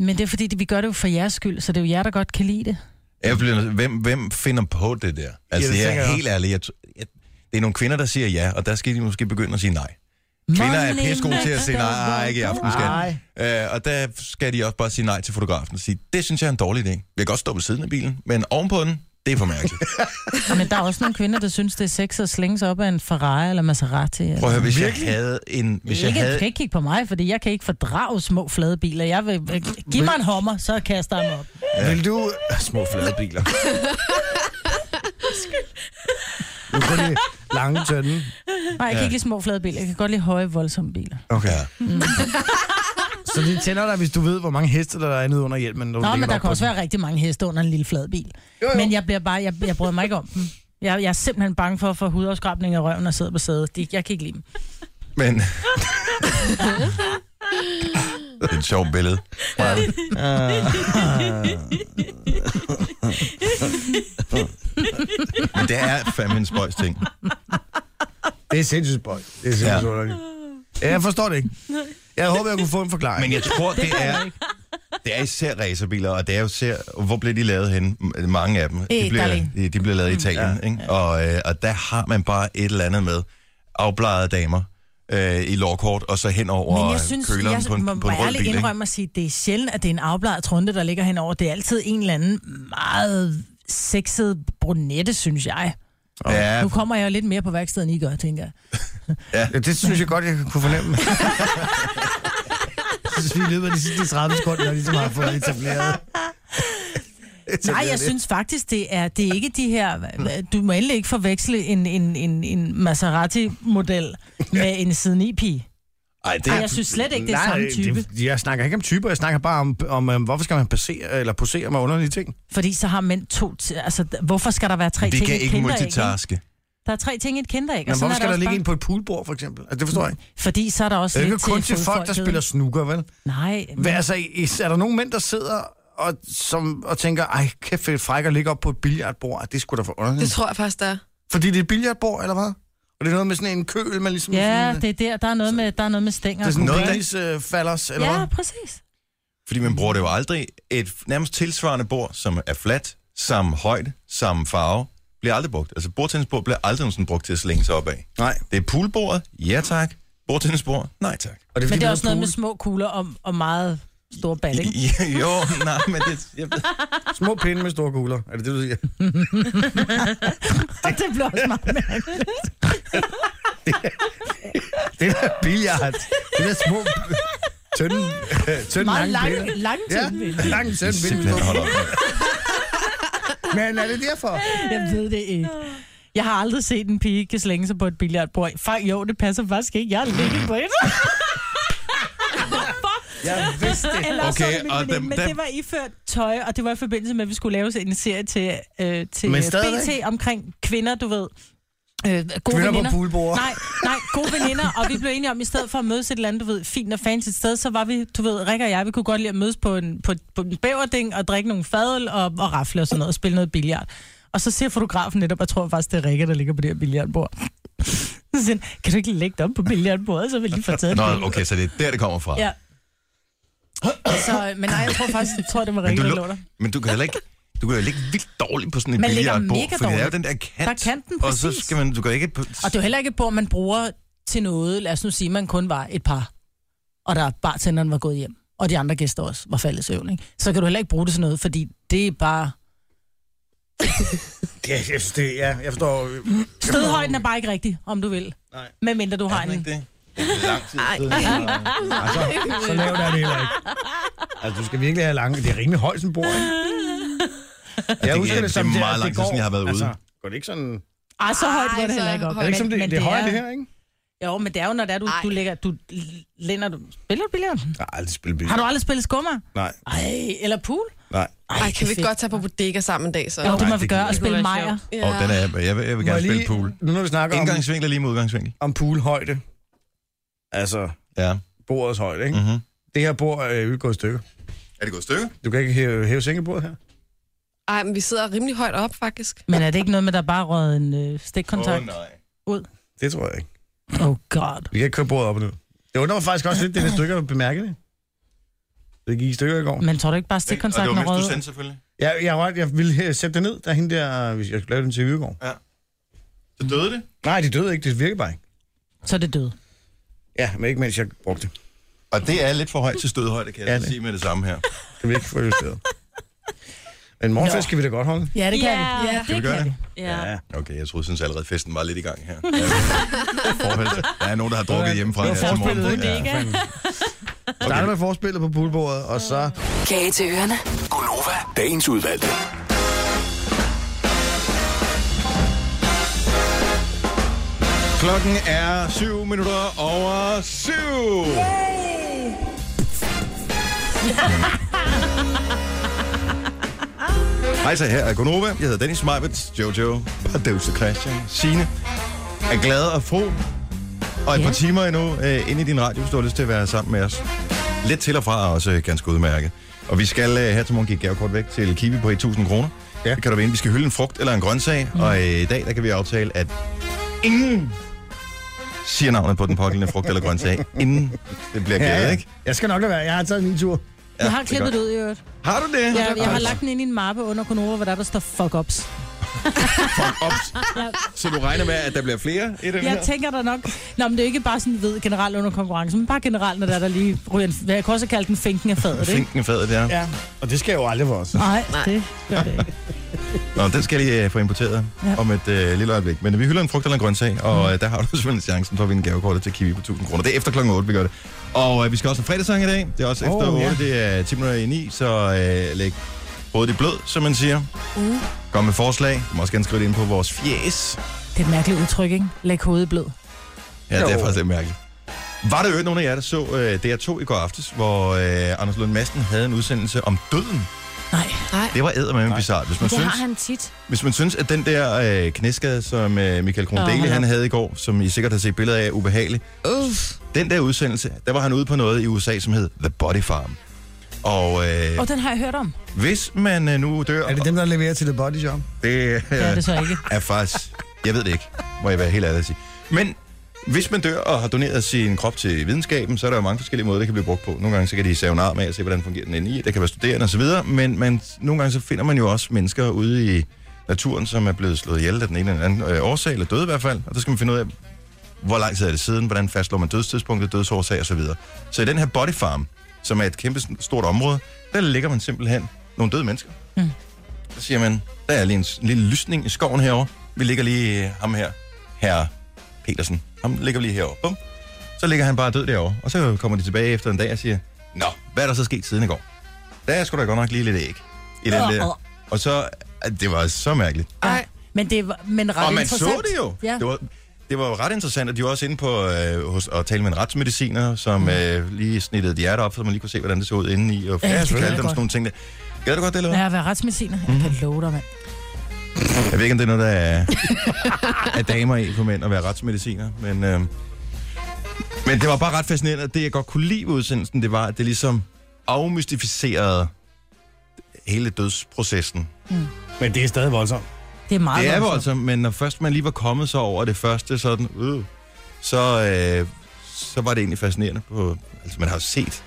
Men det er fordi, det- vi gør det jo for jeres skyld, så det er jo jer, der godt kan lide det.
Jeg bliver, nødt- hvem, hvem finder på det der? Altså,
Ja, det
jeg
tænker
er
jeg
helt ærlig. Jeg, t- jeg, det er nogle kvinder, der siger ja, og der skal de måske begynde at sige nej. Kvinder er
Money
pisse gode til at sige nej, nej, ikke i aften,
Nej.
skal. Øh, og der skal de også bare sige nej til fotografen og sige, det synes jeg er en dårlig idé. Jeg kan godt stå ved siden af bilen, men ovenpå den, det er for mærkeligt.
Men der er også nogle kvinder, der synes, det er sex at slænge sig op af en Ferrari eller Maserati. Eller.
Prøv at høre, hvis jeg havde en... Hvis jeg
ikke,
havde,
Du kan ikke kigge på mig, fordi jeg kan ikke fordrage små flade biler. Jeg vil, øh, giv mig en hommer, så kaster jeg mig op.
Ja. Vil du... Ah, Små flade biler. nu kun de lange tønde.
Nej, jeg kan ikke lide små flade biler. Jeg kan godt lide høje, voldsomme biler.
Okay.
Ja.
Så det tænder dig, hvis du ved, hvor mange heste, der er nede under hjelmen. Når du
Nå,
ligger
men der
op
kan
på
også
den.
være rigtig mange heste under en lille flad bil. Jo, jo. Men jeg bliver bare, jeg, jeg bryder mig ikke om dem. Jeg, jeg er simpelthen bange for at få hudafskrabning af røven og sidde på sædet. De, jeg kan ikke lide dem.
Men... det er et sjovt billede. Ah. Men det er fandme en spøjs ting.
Det er sindssygt spøjt. Det er
Ja.
sindssygt underligt. ja. jeg forstår det ikke. Jeg håber, jeg kunne få en forklaring.
Men jeg tror, det er, det er især racerbiler, og det er jo især, hvor bliver de lavet hen? Mange af dem. De bliver,
Italien.
de, de bliver
Mm.
lavet i Italien, ikke? Og, øh, og der har man bare et eller andet med afbladede damer øh, i lårkort, og så hen over
Men jeg
øh,
synes,
køleren
jeg
på en,
må
på en rød
ærligt
bil, ikke?
indrømme at sige, det er sjældent, at det er en afbladet trunte, der ligger henover. Det er altid en eller anden meget sexet brunette, synes jeg.
Ja,
Nu kommer jeg jo lidt mere på værkstedet, end I gør, tænker jeg.
Ja, det synes jeg godt, jeg kunne fornemme. jeg synes, vi i løbet af de sidste 30 sekunder, når ligesom har fået etableret.
Nej,
etableret
jeg
det.
synes faktisk, det er, det er ikke de her... Du må endelig ikke forveksle en, en, en, en Maserati-model med en siden i pige.
ej, det
Ej,
er...
jeg synes slet ikke, det er samme type.
Det, jeg snakker ikke om typer, jeg snakker bare om, om øhm, hvorfor skal man passere, eller posere med underlige ting.
Fordi så har mænd to... T- altså, d- hvorfor skal der være tre
Vi
ting
kan
i et
ikke
kinderæg? ikke?
multitaske.
Der er tre ting i et kinderæg. og
Men
sådan
hvorfor
er
skal der
også
ligge
bare-
en på et poolbord, for eksempel? Altså, det forstår jeg ikke.
Fordi så er der også
Det er jo
lidt
ikke kun til folk, der
fodfolket. Mm.
spiller snooker, vel?
Nej,
Hvad, altså, is- er der nogen mænd, der sidder og, som, og tænker, ej, kæft, det er fræk at ligge op på et billardbord, Ej, det skulle da for
Det
underligt.
tror jeg faktisk, der er.
Fordi det er et billardbord, eller hvad? Og det er noget med sådan en køl, man ligesom... sådan,
ja, det er der. Der er noget med, der er noget med stænger.
Det er sådan
Noget,
noget,
der-
penis øh, fallers, eller
ja,
hvad?
præcis.
Fordi
Mm.
man bruger det jo aldrig. Et nærmest tilsvarende bord, som er fladt, samme højde, samme farve, bliver aldrig brugt. Altså bordtennisbord bliver aldrig sådan brugt til at slænge sig op af.
Nej.
Det er poolbordet, ja tak. Bordtennisbord, nej tak.
Og det er,
Men
fordi,
det er også noget med små kugler og, og meget store ball, ikke?
Ja, jo, nej, men det... Jeg, ved-
små pinde med store kugler. Er det det, du siger?
Og det bliver også meget mærkeligt.
Det er da billard. Det er da små tynde, tynde
Meget
lange
lang,
pinde.
lang
Ja,
tid.
lange tynde pinde.
simpelthen holder op.
Men er det derfor?
Jeg ved det ikke. Jeg har aldrig set en pige kan slænge sig på et billiardbord. Fuck, jo, det passer faktisk ikke. Jeg har ligget på et.
Jeg vidste det.
Eller
Okay,
okay, så
og
og dem,
dem-
men
dem-
det var iført tøj, og det var i forbindelse med, at vi skulle lave en serie til, øh, til
Men
øh,
stadigvæk.
BT omkring kvinder, du ved. Øh, gode
Kvinder på
veninder.
poolbord.
Nej, nej, gode veninder, og vi blev enige om, i stedet for at mødes et eller andet, du ved, fint og fancy sted, så var vi, du ved, Rikke og jeg, vi kunne godt lide at mødes på en, på, på en bæverding og drikke nogle fadøl og, og rafle og sådan noget, og spille noget billiard. Og så ser fotografen netop, jeg tror faktisk, det er Rikke, der ligger på det her billiardbord. Så siger han, kan du ikke lige lægge dig op på billiardbordet, så vil jeg lige få taget et billede."
Nå, okay, så det er der, det kommer fra.
Ja. Så, øh, men nej, jeg tror faktisk, jeg tror, det var
Men
Rikke,
du,
der
lå-
lå der.
men du kan heller ikke... Du kan jo ligge vildt dårligt på sådan et
Man ligger
billiardbord,
mega
for det er jo
dårligt.
den der kant.
Der er kanten,
og så
præcis.
skal man, du kan ikke... på-
Og det er jo heller ikke et bord, man bruger til noget. Lad os nu sige, man kun var et par, og der bartenderen var gået hjem, og de andre gæster også var faldet i søvn. Ikke? Så kan du heller ikke bruge det til noget, fordi det er bare...
Ja, jeg, synes, det, ja, jeg forstår.
Stødhøjden er bare ikke rigtig, om du vil.
Nej.
Medmindre du har en...
det? Det er lang tid siden.
Altså, så lav der det heller ikke. Altså, du skal virkelig have lange. Det er rimelig højt, sådan et bord, ikke? Jeg
det- ja,
husker det,
det
som
er
det,
meget
at
lang
det
tid siden,
går.
jeg har været ude.
Altså, går det ikke sådan... Er
Ej, så højt går
Ej,
det
så
heller ikke op.
det ikke som det,
men
det er
det
højere,
er-
det her, ikke?
Jo, men det er jo, når det er, du, du, lægger, du lænder... Du, spiller du billard?
Jeg har aldrig spillet bil.
Har du aldrig spillet skummer?
Nej,
Ej, eller pool?
nej.
Ej, kan vi
fedt.
ikke godt tage på bodega sammen en dag, så?
Jo, det må
Nej,
vi
det
gøre.
gider
Og
jeg
spille
ikke.
Majer.
Ja.
Og den er, jeg, vil, jeg vil
Må
gerne
jeg
spille pool.
Nu når vi snakker om,
Indgangsvinkel er lige med udgangsvinkel.
om poolhøjde, altså
Ja.
bordets højde, ikke?
Mm-hmm.
Det her bord er jo ikke gået i stykker.
Er det gået et stykke?
Du kan ikke hæve, hæve sengebordet her.
Ej, men vi sidder rimelig højt op, faktisk.
Men er det ikke noget med, der bare røget en øh, stikkontakt?
nej.
Det tror jeg ikke.
Oh, oh god.
Vi kan ikke køre bordet op og ned. Det undrer mig faktisk også lidt, det der stykker bemærke det. Det gik i stykker i går.
Men tror du ikke bare stikkontakten er røget?
selvfølgelig.
Jeg, jeg, røg- jeg ville øh, sætte det ned, da hende der, øh, hvis jeg skulle lave den til i går.
Så døde det.
Nej, det døde ikke, det virkede bare ikke.
Så er det død.
Ja, men ikke mens jeg brugte det.
Og det er lidt for højt til stødhøjde, kan jeg
Ja,
så
det.
sige med det samme her.
Kan vi ikke få justeret. Men morgenfest skal vi da godt holde.
Ja, det kan
Ja,
yeah.
ja,
Kan vi
det
gøre
kan
det?
vi. Ja.
Ja.
Okay, jeg troede synes allerede, festen var lidt i gang her. Forhæld. Der er nogen, der har drukket hjemmefra
Det var
her til morgen.
forspillet,
Ja.
ikke? Starter med forspillet på poolbordet, og så...
Kage til ørerne.
Gunova, dagens udvalgte.
Klokken er 7 minutter over 7. Hej så her er Gunova. Jeg hedder Dennis Meibert, Jojo, Producer Christian, Signe, er glad og fro. Og et
Ja.
par timer endnu øh, inde i din radio, hvis du har lyst til at være sammen med os. Lidt til og fra er også øh, ganske udmærket. Og vi skal øh, her til morgen give et gavekort væk til Kiwi på 1000 kroner. Ja.
Ja.
Det kan du vinde. Vi skal hylde en frugt eller en grøntsag. Mm. Og øh, i dag der kan vi aftale, at ingen siger navnet på den pågældende frugt eller grøntsag, inden det bliver givet, ja, ja. ikke?
Jeg skal nok lade være. Jeg har taget min tur.
Ja,
Jeg har
det er
klippet
godt.
det ud i øvrigt.
Har du det?
Jeg, jeg har lagt den ind i en mappe under Konora, hvor der, der står fuck ups.
Ops. Så du regner med, at der bliver flere i den her?
Jeg tænker da nok... Nå, men det er jo ikke bare sådan, ved, generelt under konkurrence, men bare generelt, når der, er der lige ryger en... Hvad jeg kan også kalde den finken af fadet, ikke?
Finken fadet, der. Ja.
Ja, og det sker jo aldrig for os.
Nej, det gør det ikke.
Nå, den skal jeg lige øh, få importeret ja.
Ja.
om et øh, lille øjeblik. Men vi hylder en frugt eller en grøntsag, og øh, der har du selvfølgelig chancen for at vinde gavekortet til Kiwi på 1000 kroner. Det er efter klokken 8, vi gør det. Og øh, vi skal også have fredagssang i dag. Det er også oh,
Åh,
efter 8,
ja.
ja. det er 10 minutter i 9, så øh, læg hovedet i blød, som man siger. Uh. Kom med forslag. Du må også gerne skrive det ind på vores fjes.
Det er et mærkeligt udtryk, ikke? Læg hovedet blød.
Ja, det er
Jo.
faktisk lidt mærkeligt. Var der jo nogen af jer, der så øh, DR2 i går aftes, hvor øh, Anders Lund Madsen havde en udsendelse om døden?
Nej.
Det var eddermame bizarrt. Hvis man
Det
synes,
har han tit.
Hvis man synes, at den der øh, knæskade, som øh, Michael
Åh,
Krondale oh,
hold
han
op.
havde i går, som I sikkert har set billeder af, er ubehagelig.
Uff.
Den der udsendelse, der var han ude på noget i USA, som hed The Body Farm. Og øh,
Og den har jeg hørt om.
hvis man øh, nu dør...
Er det dem, der leverer til The Body Shop?
det, øh,
Ja, det er så ikke.
er faktisk... Jeg ved det ikke, må jeg være helt ærlig at sige. Men hvis man dør og har doneret sin krop til videnskaben, så er der jo mange forskellige måder, det kan blive brugt på. Nogle gange så kan de save en arm af og se, hvordan fungerer den inde i. Det kan være studerende osv., men man, nogle gange så finder man jo også mennesker ude i naturen, som er blevet slået ihjel af den ene eller anden øh, årsag, eller døde i hvert fald. Og der skal man finde ud af, hvor lang tid er det siden, hvordan fastslår man dødstidspunktet, dødsårsag osv. Så i den her body farm, som er et kæmpe stort område, der lægger man simpelthen nogle døde mennesker. Så siger man, der er lige en, s- en lille lysning i skoven herover. Vi ligger lige øh, ham her, herre Petersen. Ham ligger vi lige herover. Bum. Så ligger han bare død derovre. Og så kommer de tilbage efter en dag og siger, Nå, hvad er der så sket siden i går? Der er sgu da godt nok lige lidt æg i den der. Og så at det var så mærkeligt.
Nej. Men, det var, men ret
Og man
interessant.
så det jo.
Ja.
Det, var, det var jo ret interessant, at de var også inde på øh, hos, at tale med en retsmediciner, som mm. øh, lige snittede et hjerte op, så man lige kunne se, hvordan det så ud indeni, og
Ja,
ja,
det
fortalte dem
gad jeg
sådan
godt.
nogle ting. der. Gør det godt, det eller hvad?
Ja, at være retsmediciner.
Mhm.
Jeg kan love dig, mand.
Jeg ved ikke, om det er noget, der er, er damer i for mænd at være retsmediciner, men, øh, men det var bare ret fascinerende, at det, jeg godt kunne lide ved udsendelsen, det var, at det ligesom afmystificerede hele dødsprocessen.
Men det er stadig voldsomt.
Det er meget
Det er
voldsomt.
voldsomt, men når først man lige var kommet så over det første sådan, øh, så, øh, så var det egentlig fascinerende. På, altså, man har jo set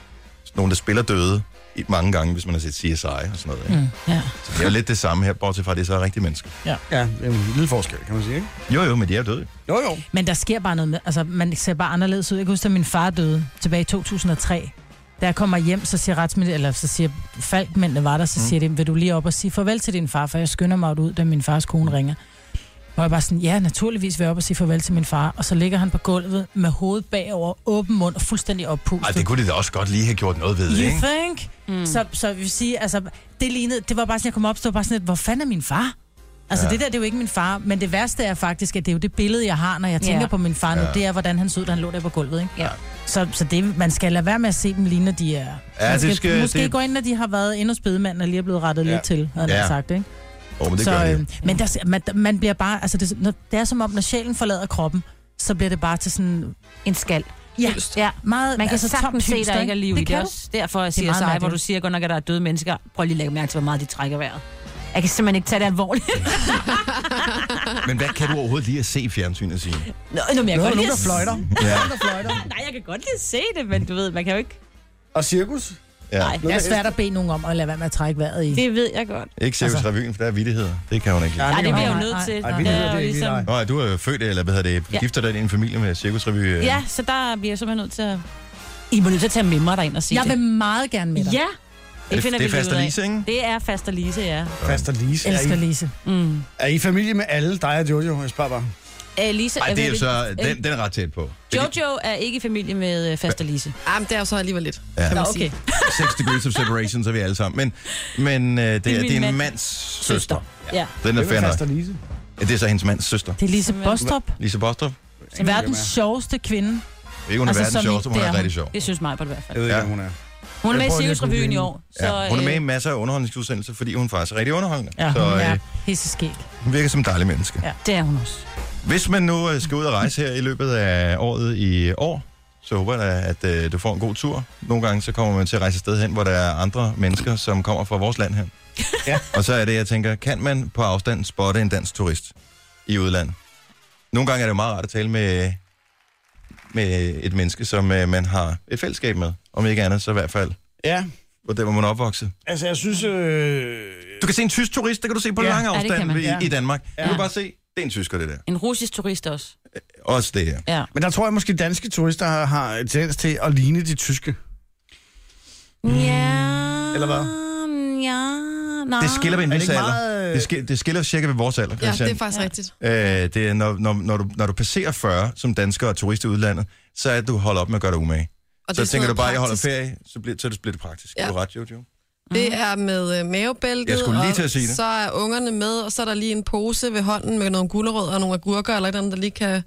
nogen, der spiller døde i- mange gange, hvis man har set CSI og sådan noget. Ikke? Mm,
ja.
Så det er jo lidt det samme her, bortset fra, at det så er rigtige mennesker.
Ja, det er en lille forskel, kan man sige, ikke?
Jo, jo, men de er jo døde.
Jo, jo.
Men der sker bare noget med, altså man ser bare anderledes ud. Jeg kan huske, at min far døde tilbage i 2003. Da jeg kommer hjem, så siger retsmedie, eller så siger falkmændene var der,
Mm.
så siger de, vil du lige op og sige farvel til din far, for jeg skynder mig ud, da min fars kone ringer. Og jeg bare sådan, ja, naturligvis vil jeg op og sige farvel til min far. Og så ligger han på gulvet med hovedet bagover, åben mund og fuldstændig oppustet.
Ej, det kunne de da også godt lige have gjort noget ved,
You
ikke?
think? Mm. Så, så jeg vil sige, altså, det lignede, det var bare sådan, jeg kom op, så var bare sådan lidt, hvor fanden er min far? Altså, ja. det der, det er jo ikke min far, men det værste er faktisk, at det er jo det billede, jeg har, når jeg tænker
Ja.
på min far nu,
Ja.
det er, hvordan han så ud, da han lå der på gulvet, ikke?
Ja.
Så, så det, man skal lade være med at se dem lige, når de er...
Ja,
man
det skal-
måske
det-
gå ind, når de har været endnu spædemanden og lige er blevet rettet ja.
Ja.
lidt til, havde ja.
Ja.
man sagt, ikke?
Åh, men det
så, øhm,
gør de. jo.
men der, man, man bliver bare... Altså, det, når, det er som om, når sjælen forlader kroppen, så bliver det bare til sådan...
En skal.
Ja,
Ja.
meget...
Man kan
altså,
altså, sagtens
tomt
se,
hylster,
der ikke er liv i det.
kan
Det er
du.
også derfor, jeg
Det er
siger
meget
sig, hvor
mærkeligt.
du siger godt nok, at der er døde mennesker. Prøv lige at lægge mærke til, hvor meget de trækker vejret. Jeg kan simpelthen ikke tage det alvorligt.
Men hvad kan du overhovedet lige at se i fjernsynet, Signe?
Nå, nå, men jeg kan
Nu er der
godt
nogen,
lide
der
at
fløjter.
Ja,
Nej, jeg kan godt lide at se det, men du ved, man kan jo ikke...
Og cirkus?
ja.
Det er svært at bede nogen om at lade være med at trække vejret i.
Det ved jeg godt.
Ikke seriøs altså... revyen, for der er vidtigheder. Det kan hun ikke lide.
Nej, det
kan
bliver jeg
man
jo nødt
nej, nej.
til.
Ej, vi
Det er
ved,
jo
det er ikke
ligesom-
lige dig.
Nå, ja, du er jo født, eller hvad hedder det,
Ja.
gifter dig ind i en familie med cirkusrevy. øh.
Ja, så der bliver jeg simpelthen nødt til at... I bliver nødt til at tage med mig derind og se
Jeg
det.
vil meget gerne med dig.
Ja,
Er det, det er
lige ud
fast
af.
Lise, ikke?
Det er faster Lise, ja.
Fast og Lise. Er
Elsker
I,
Lise.
Mm.
er I familie med alle, dig og Jojo? Jeg spørger bare.
Æ, Lise
Ej, det er jo
virkelig-
så,
Øh,
den, den er ret tæt på.
Jojo er ikke i familie med øh, faster Lise.
Ah, men det er jo så alligevel lidt,
Ja.
ja. kan man
Nå,
sige.
okay.
6 degrees of separation, så er vi alle sammen. Men, men øh, det, det er
min
din
mand-
mands søster.
Søster. Ja.
Den er
Hvem
fair
er fast
nok.
og Lise?
Ja, Det er så hendes mands søster.
Det er Lise
Som er-
Bostrup,
Lise Bostrup.
verdens sjoveste kvinde.
Ikke hun er
Altså,
verdens
som i-
sjoveste, hun
det
er
er
rigtig sjov.
Det synes mig på det i hvert fald.
Jeg ved ikke,
Ja.
hvem hun er.
Hun er
Jeg
med i
prøver lige at google
Cirkusrevyen i
hende.
år. Så,
Ja, hun er med i
øh,
masser af underholdningsudsendelser, fordi hun faktisk er rigtig underholdende.
Ja,
så
hun er
øh,
pisseskæg.
hun virker som en dejlig menneske.
Ja.
Det er hun også.
Hvis man nu øh, skal ud og rejse her i løbet af året i år, så håber jeg da, at øh, du får en god tur. Nogle gange så kommer man til at rejse et sted hen, hvor der er andre mennesker, som kommer fra vores land her.
Ja.
Og så er det, jeg tænker, kan man på afstand spotte en dansk turist i udlandet? Nogle gange er det jo meget rart at tale med, med et menneske, som øh, man har et fællesskab med. Om ikke andet, så i hvert fald,
Ja,
hvor der hvor man er opvokset.
altså jeg synes... Øh...
Du kan se en tysk turist, det kan du se på
Ja.
ja. lang
Ja, det kan
afstand
man.
ja,
Ja.
i, i Danmark. Ja. Du
Ja.
kan bare se, det er en tysker, det der.
En russisk turist også.
Også det her.
Ja.
Men der tror jeg måske, at danske turister har, har en tendens til at ligne de tyske.
Ja.
Eller hvad?
Ja. Nej.
Det skiller ved en
Ah.
Er det
vis
ikke
alder.
meget, øh,
Det, skiller, det skiller cirka ved vores alder,
Ja,
Christian.
det er faktisk ja. rigtigt.
Øh, det er, når, når, når, du, når du passerer 40 som dansker og turist i udlandet, så er du holder op med at gøre dig umage.
Og
så
er sådan
tænker du
noget
bare, at jeg holder
praktisk.
ferie, så bliver, så er det bliver det praktisk. Ja.
Ja.
Du er ret, Jojo.
Det er med øh, mavebæltet,
Jeg skulle lige til at sige det.
og så er ungerne med, og så er der lige en pose ved hånden med nogle gulerødder og nogle agurker, eller et eller andet, der lige kan...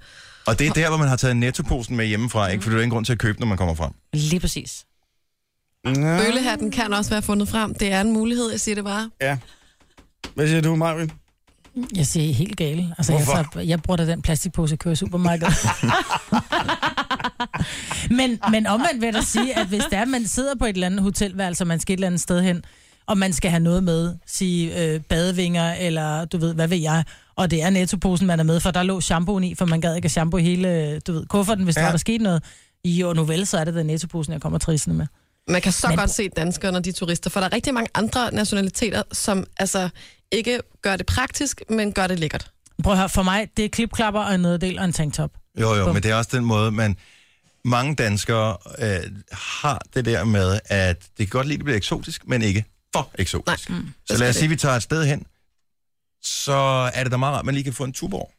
Og det er der, hvor man har taget nettoposen med hjemmefra,
Mm.
ikke? for der er ingen grund til at købe, når man kommer frem.
Lige præcis.
Ah.
Ja.
Bøllehatten kan også være fundet frem. Det er en mulighed, jeg siger det bare.
ja. Hvad siger du, Marvin?
Jeg ser I er helt gal. Altså, jeg,
Hvorfor?
tager, jeg bruger da den plastikpose, jeg kører i supermarkedet. men, men omvendt vil jeg da sige, at hvis der er, man sidder på et eller andet hotelværelse, og man skal et eller andet sted hen, og man skal have noget med, sige øh, badevinger, eller du ved, hvad ved jeg, og det er nettoposen, man er med for, der lå shampooen i, for man gad ikke at shampoo hele, øh, du ved, kufferten, hvis ja.
Ja.
der var der sket noget. Jo, nu vel, så er det den nettoposen, jeg kommer trissende med.
Man kan så
Men-
Men... godt se danskere, når de er turister, for der er rigtig mange andre nationaliteter, som altså ikke gør det praktisk, men gør det lækkert.
Prøv at høre, for mig, det er klipklapper og en nederdel og en tanktop.
Jo, jo,
Bum.
men det er også den måde, man... Mange danskere øh, har det der med, at det kan godt lide, at det bliver eksotisk, men ikke for eksotisk. Nej, mm, så lad os sige, at vi tager et sted hen, så er det da meget rart, at man lige kan få en Tuborg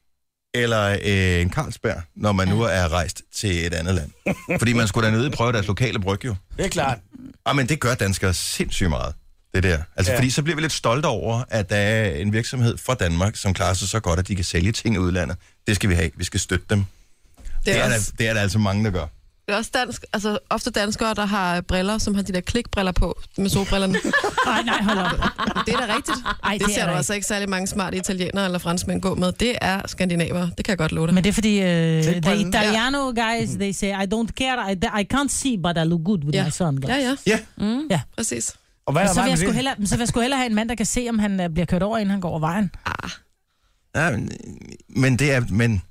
eller øh, en Carlsberg, når man nu er rejst til et andet land. Fordi man skulle da nødt prøve deres lokale bryg, jo.
Det er klart.
Ah, men det gør danskere sindssygt meget. det der. Altså, ja.
Ja.
fordi så bliver vi lidt stolte over, at der er en virksomhed fra Danmark, som klarer sig så godt, at de kan sælge ting i udlandet. Det skal vi have. Vi skal støtte dem. Det er,
også,
der, det er der altså mange, der gør.
det er også dansk, altså ofte danskere, der har briller, som har de der klikbriller på med solbrillerne.
Nej, nej, hold op.
Det er da rigtigt.
Ej,
det, det ser
er
du
der
altså ikke særlig mange smarte italienere eller franskmænd gå med. Det er skandinaver. Det kan jeg godt love dig.
Men det er fordi, uh, the
Klikbranden.
Italiano guys, they say, I don't care, I, I can't see, but I look good with
Ja.
my son. guys."
Ja, ja,
Ja,
Mm.
præcis.
Og hvad er
Så
der
vil, jeg
vej
sgu
med det?
hellere, så vil jeg sgu hellere have en mand, der kan se, om han øh, bliver kørt over, inden han går over vejen.
ja men, men, det er, men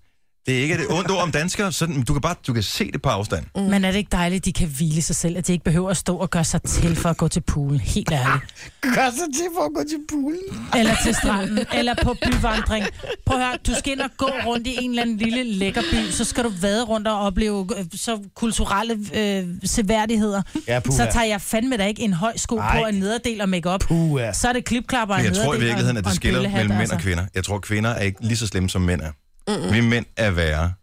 det er ikke et ondt ord om danskere. Sådan, du kan bare du kan se det på afstand.
Mm. Men er det ikke dejligt, at de kan hvile sig selv, at de ikke behøver at stå og gøre sig til for at gå til poolen, helt ærligt.
Gør sig til for at gå til poolen.
Eller til stranden, eller på byvandring. Prøv at høre, du skal ind og gå rundt i en eller anden lille lækker by, så skal du vade rundt og opleve øh, så kulturelle øh, seværdigheder.
Ja, puha.
så tager jeg fandme da ikke en høj sko
Ej.
på, og en nederdel og make op.
Puha.
Så er det klipklapper og
Men
en
jeg tror i
nederdel og
virkeligheden, at
en- og
det
en
skiller
bøllehat,
mellem mænd
altså.
og kvinder. Jeg tror, kvinder er ikke lige så slemme, som mænd er. Mm-mm. Vi mænd er værre.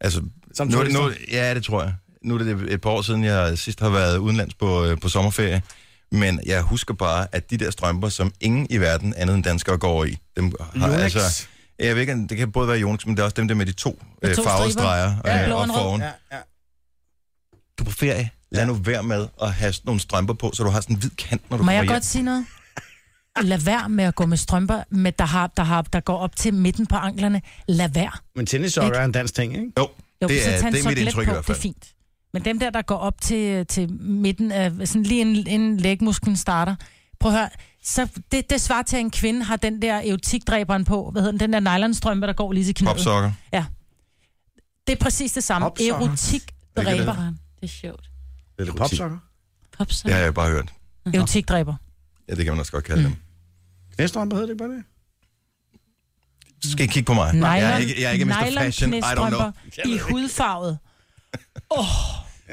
Altså,
Som
nu er det, nu,
turister.
ja, det tror jeg. Nu er det et par år siden, jeg sidst har været udenlands på, øh, på sommerferie. Men jeg husker bare, at de der strømper, som ingen i verden andet end danskere går i, dem har
Yonex.
altså... Jeg ved ikke, om- det kan både være Yonex, men det er også dem der med de to, øh,
to
farvede
striber.
streger
Ja,
øh,
blå og
op
en rød.
foran.
Ja, ja.
Du er på ferie. Lad nu være med at have sådan nogle strømper på, så du har sådan en hvid kant, når du
Må
kommer
jeg
hjem.
godt sige noget? Lad være med at gå med strømper, med der, har, der, har, der går op til midten på anklerne. Lad være.
Men tennissokker er en dansk ting, ikke?
Jo,
Jo,
det
så
er,
tag en
det er mit
soklet
indtryk
på,
i hvert fald.
Det er fint. Men dem der, der går op til, til midten, af, sådan lige inden, inden lægmusklen starter, prøv at høre, så det, det svarer til, at en kvinde har den der eotikdræberen på, hvad hedder den, den der nylonstrømpe, der går lige til knæet.
Popsokker.
Det er præcis det samme.
Popsokker.
Erotikdræber.
Det er sjovt.
Det er popsokker.
Pops.
Det har jeg bare hørt.
Erotikdræber.
Ja, det kan man også godt kalde mm. dem.
Knæstrømper hedder det ikke bare det?
Du skal ikke kigge på mig.
Nylon,
jeg er ikke, jeg er ikke Mr. Fashion. I don't know.
nylon i hudfarvet.